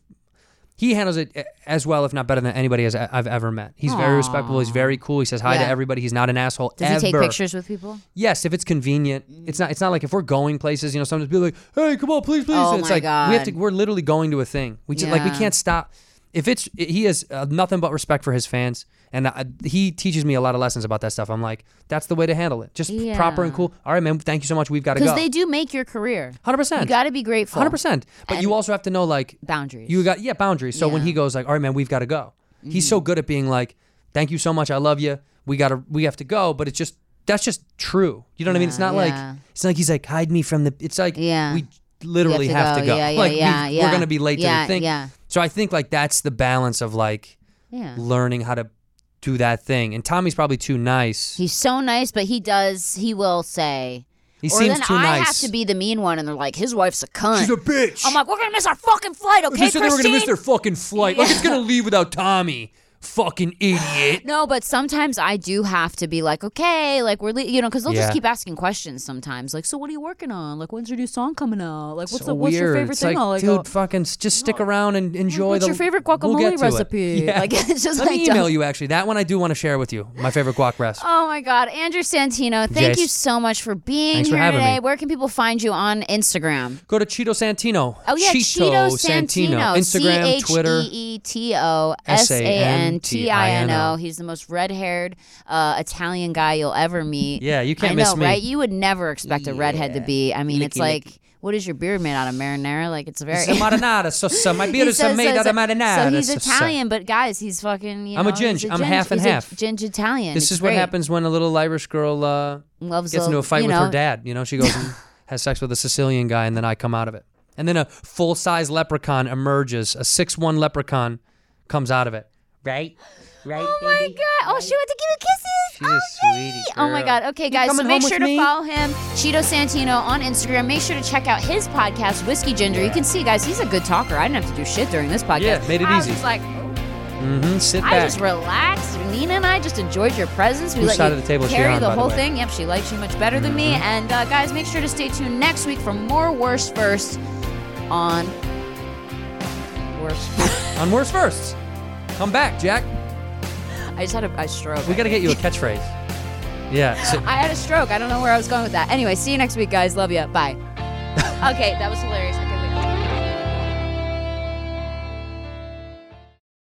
Speaker 2: He handles it a- as well, if not better than anybody as I- I've ever met. He's very respectful. He's very cool. He says hi to
Speaker 1: Yeah.
Speaker 2: everybody. He's not an asshole.
Speaker 1: Does he take
Speaker 2: ever.
Speaker 1: pictures with people?
Speaker 2: Yes, if it's convenient. It's not. It's not like if we're going places. You know, sometimes people are like, "Hey, come on, please, please."
Speaker 1: Oh
Speaker 2: and it's
Speaker 1: my
Speaker 2: like we
Speaker 1: God.
Speaker 2: have to. We're literally going to a thing. We just like we
Speaker 1: Yeah.
Speaker 2: can't stop. If it's he has uh, nothing but respect for his fans, and I, he teaches me a lot of lessons about that stuff. I'm like, that's the way to handle it. Just
Speaker 1: Yeah.
Speaker 2: proper and cool. All right, man. Thank you so much. We've got to
Speaker 1: Because
Speaker 2: go.
Speaker 1: they do make your career.
Speaker 2: Hundred percent.
Speaker 1: You got to be grateful.
Speaker 2: Hundred percent. But you also have to know like
Speaker 1: Boundaries.
Speaker 2: You got yeah boundaries. So when
Speaker 1: Yeah. Mm-hmm.
Speaker 2: he goes like, all right, man, we've got to go. He's so good at being like, thank you so much, I love you. We gotta we have to go. But it's just that's just true. You know what I mean? It's not
Speaker 1: yeah.
Speaker 2: like it's not like he's like hide me from the. It's like
Speaker 1: Yeah.
Speaker 2: we literally
Speaker 1: You
Speaker 2: have to go.
Speaker 1: Yeah, yeah,
Speaker 2: (laughs) like we-
Speaker 1: yeah, yeah.
Speaker 2: we're gonna be late
Speaker 1: yeah,
Speaker 2: to the thing.
Speaker 1: Yeah,
Speaker 2: So I think like that's the balance of like
Speaker 1: yeah.
Speaker 2: learning how to do that thing. And Tommy's probably too nice.
Speaker 1: He's so nice, but he does. He will say.
Speaker 2: He
Speaker 1: or
Speaker 2: seems
Speaker 1: then
Speaker 2: too
Speaker 1: I
Speaker 2: nice.
Speaker 1: have to be the mean one, and they're like, "His wife's a cunt."
Speaker 2: She's a bitch.
Speaker 4: I'm like, we're gonna miss our fucking flight, okay,
Speaker 2: They said they were gonna miss
Speaker 4: Christine?
Speaker 2: their fucking flight. Like it's gonna leave without Tommy.
Speaker 1: (sighs)
Speaker 2: Fucking idiot.
Speaker 1: No, but sometimes I do have to be like, okay, like we're, le-, you know, because they'll
Speaker 2: Yeah.
Speaker 1: just keep asking questions sometimes. Like, so what are you working on? Like, when's your new song coming out? Like, what's
Speaker 2: So
Speaker 1: the, what's your
Speaker 2: weird.
Speaker 1: favorite
Speaker 2: it's
Speaker 1: thing?
Speaker 2: Like,
Speaker 1: I'll, like,
Speaker 2: dude,
Speaker 1: go,
Speaker 2: fucking s- just stick around and enjoy
Speaker 1: what's
Speaker 2: the.
Speaker 1: your favorite
Speaker 2: we'll get
Speaker 1: guacamole
Speaker 2: to it.
Speaker 1: recipe? (laughs)
Speaker 2: (laughs) Yeah.
Speaker 1: Like, it's just
Speaker 2: Let
Speaker 1: like
Speaker 2: me email you actually. That one I do want to share with you. My favorite guac rest.
Speaker 1: Oh my God, Andrew Santino, thank
Speaker 2: Jace.
Speaker 1: you so much for being
Speaker 2: Thanks for
Speaker 1: here
Speaker 2: having
Speaker 1: today.
Speaker 2: me.
Speaker 1: Where can people find you on Instagram?
Speaker 2: Go to Cheeto Santino.
Speaker 1: Oh yeah,
Speaker 2: Cheeto, Santino. Instagram, Twitter.
Speaker 1: C H E E T O S A N T I N O. He's the most red-haired uh, Italian guy you'll ever meet.
Speaker 2: Yeah, you can't
Speaker 1: I
Speaker 2: miss
Speaker 1: know,
Speaker 2: me.
Speaker 1: right? You would never expect a redhead to be. I mean, it's
Speaker 2: Licky,
Speaker 1: like, what is your beard made out of? Marinara? Like, it's very. (laughs)
Speaker 2: It's a marinara sauce. My beer
Speaker 1: He
Speaker 2: is
Speaker 1: says-
Speaker 2: made
Speaker 1: so-
Speaker 2: out of
Speaker 1: so-
Speaker 2: marinara
Speaker 1: So he's
Speaker 2: sauce.
Speaker 1: Italian, but guys, he's fucking. You
Speaker 2: I'm a
Speaker 1: know, he's
Speaker 2: ging. I'm half and
Speaker 1: he's a
Speaker 2: half.
Speaker 1: Ging Italian.
Speaker 2: This
Speaker 1: It's
Speaker 2: is
Speaker 1: great.
Speaker 2: what happens when a little Irish girl uh,
Speaker 1: Loves
Speaker 2: gets
Speaker 1: a-
Speaker 2: into a fight
Speaker 1: you
Speaker 2: with
Speaker 1: know,
Speaker 2: her dad. You know, she goes
Speaker 1: (laughs)
Speaker 2: and has sex with a Sicilian guy, and then I come out of it. And then a full size leprechaun emerges. A six one leprechaun comes out of it. Right? Right?
Speaker 1: Oh my god! Oh, she went to give you kisses.
Speaker 2: She's a
Speaker 1: oh,
Speaker 2: sweetie
Speaker 1: yay. Oh my
Speaker 2: girl.
Speaker 1: god! Okay, guys, so
Speaker 2: coming
Speaker 1: make
Speaker 2: home
Speaker 1: sure
Speaker 2: with
Speaker 1: to
Speaker 2: me?
Speaker 1: follow him, Cheeto Santino, on Instagram. Make sure to check out his podcast, Whiskey Ginger. You can see, guys, he's a good talker. I didn't have to do shit during this podcast.
Speaker 2: Yeah, made it
Speaker 1: I was
Speaker 2: easy.
Speaker 1: just like, oh,
Speaker 2: Mm-hmm. Sit
Speaker 1: I
Speaker 2: back.
Speaker 1: just relaxed. Nina and I just enjoyed your presence. We
Speaker 2: Whose
Speaker 1: let
Speaker 2: side
Speaker 1: you
Speaker 2: of the table is she
Speaker 1: carry
Speaker 2: on,
Speaker 1: the
Speaker 2: by the
Speaker 1: whole
Speaker 2: way? Mm-hmm.
Speaker 1: thing. Yep, she likes you much better than me. And uh, guys, make sure to stay tuned next week for more Worst First on Worst.
Speaker 2: On Worst Firsts. Come back, Jack.
Speaker 1: I just had a, a stroke.
Speaker 2: We got to get you a catchphrase. Yeah. so-
Speaker 1: I had a stroke. I don't know where I was going with that. Anyway, see you next week, guys. Love you. Bye. okay, that was hilarious. I guess.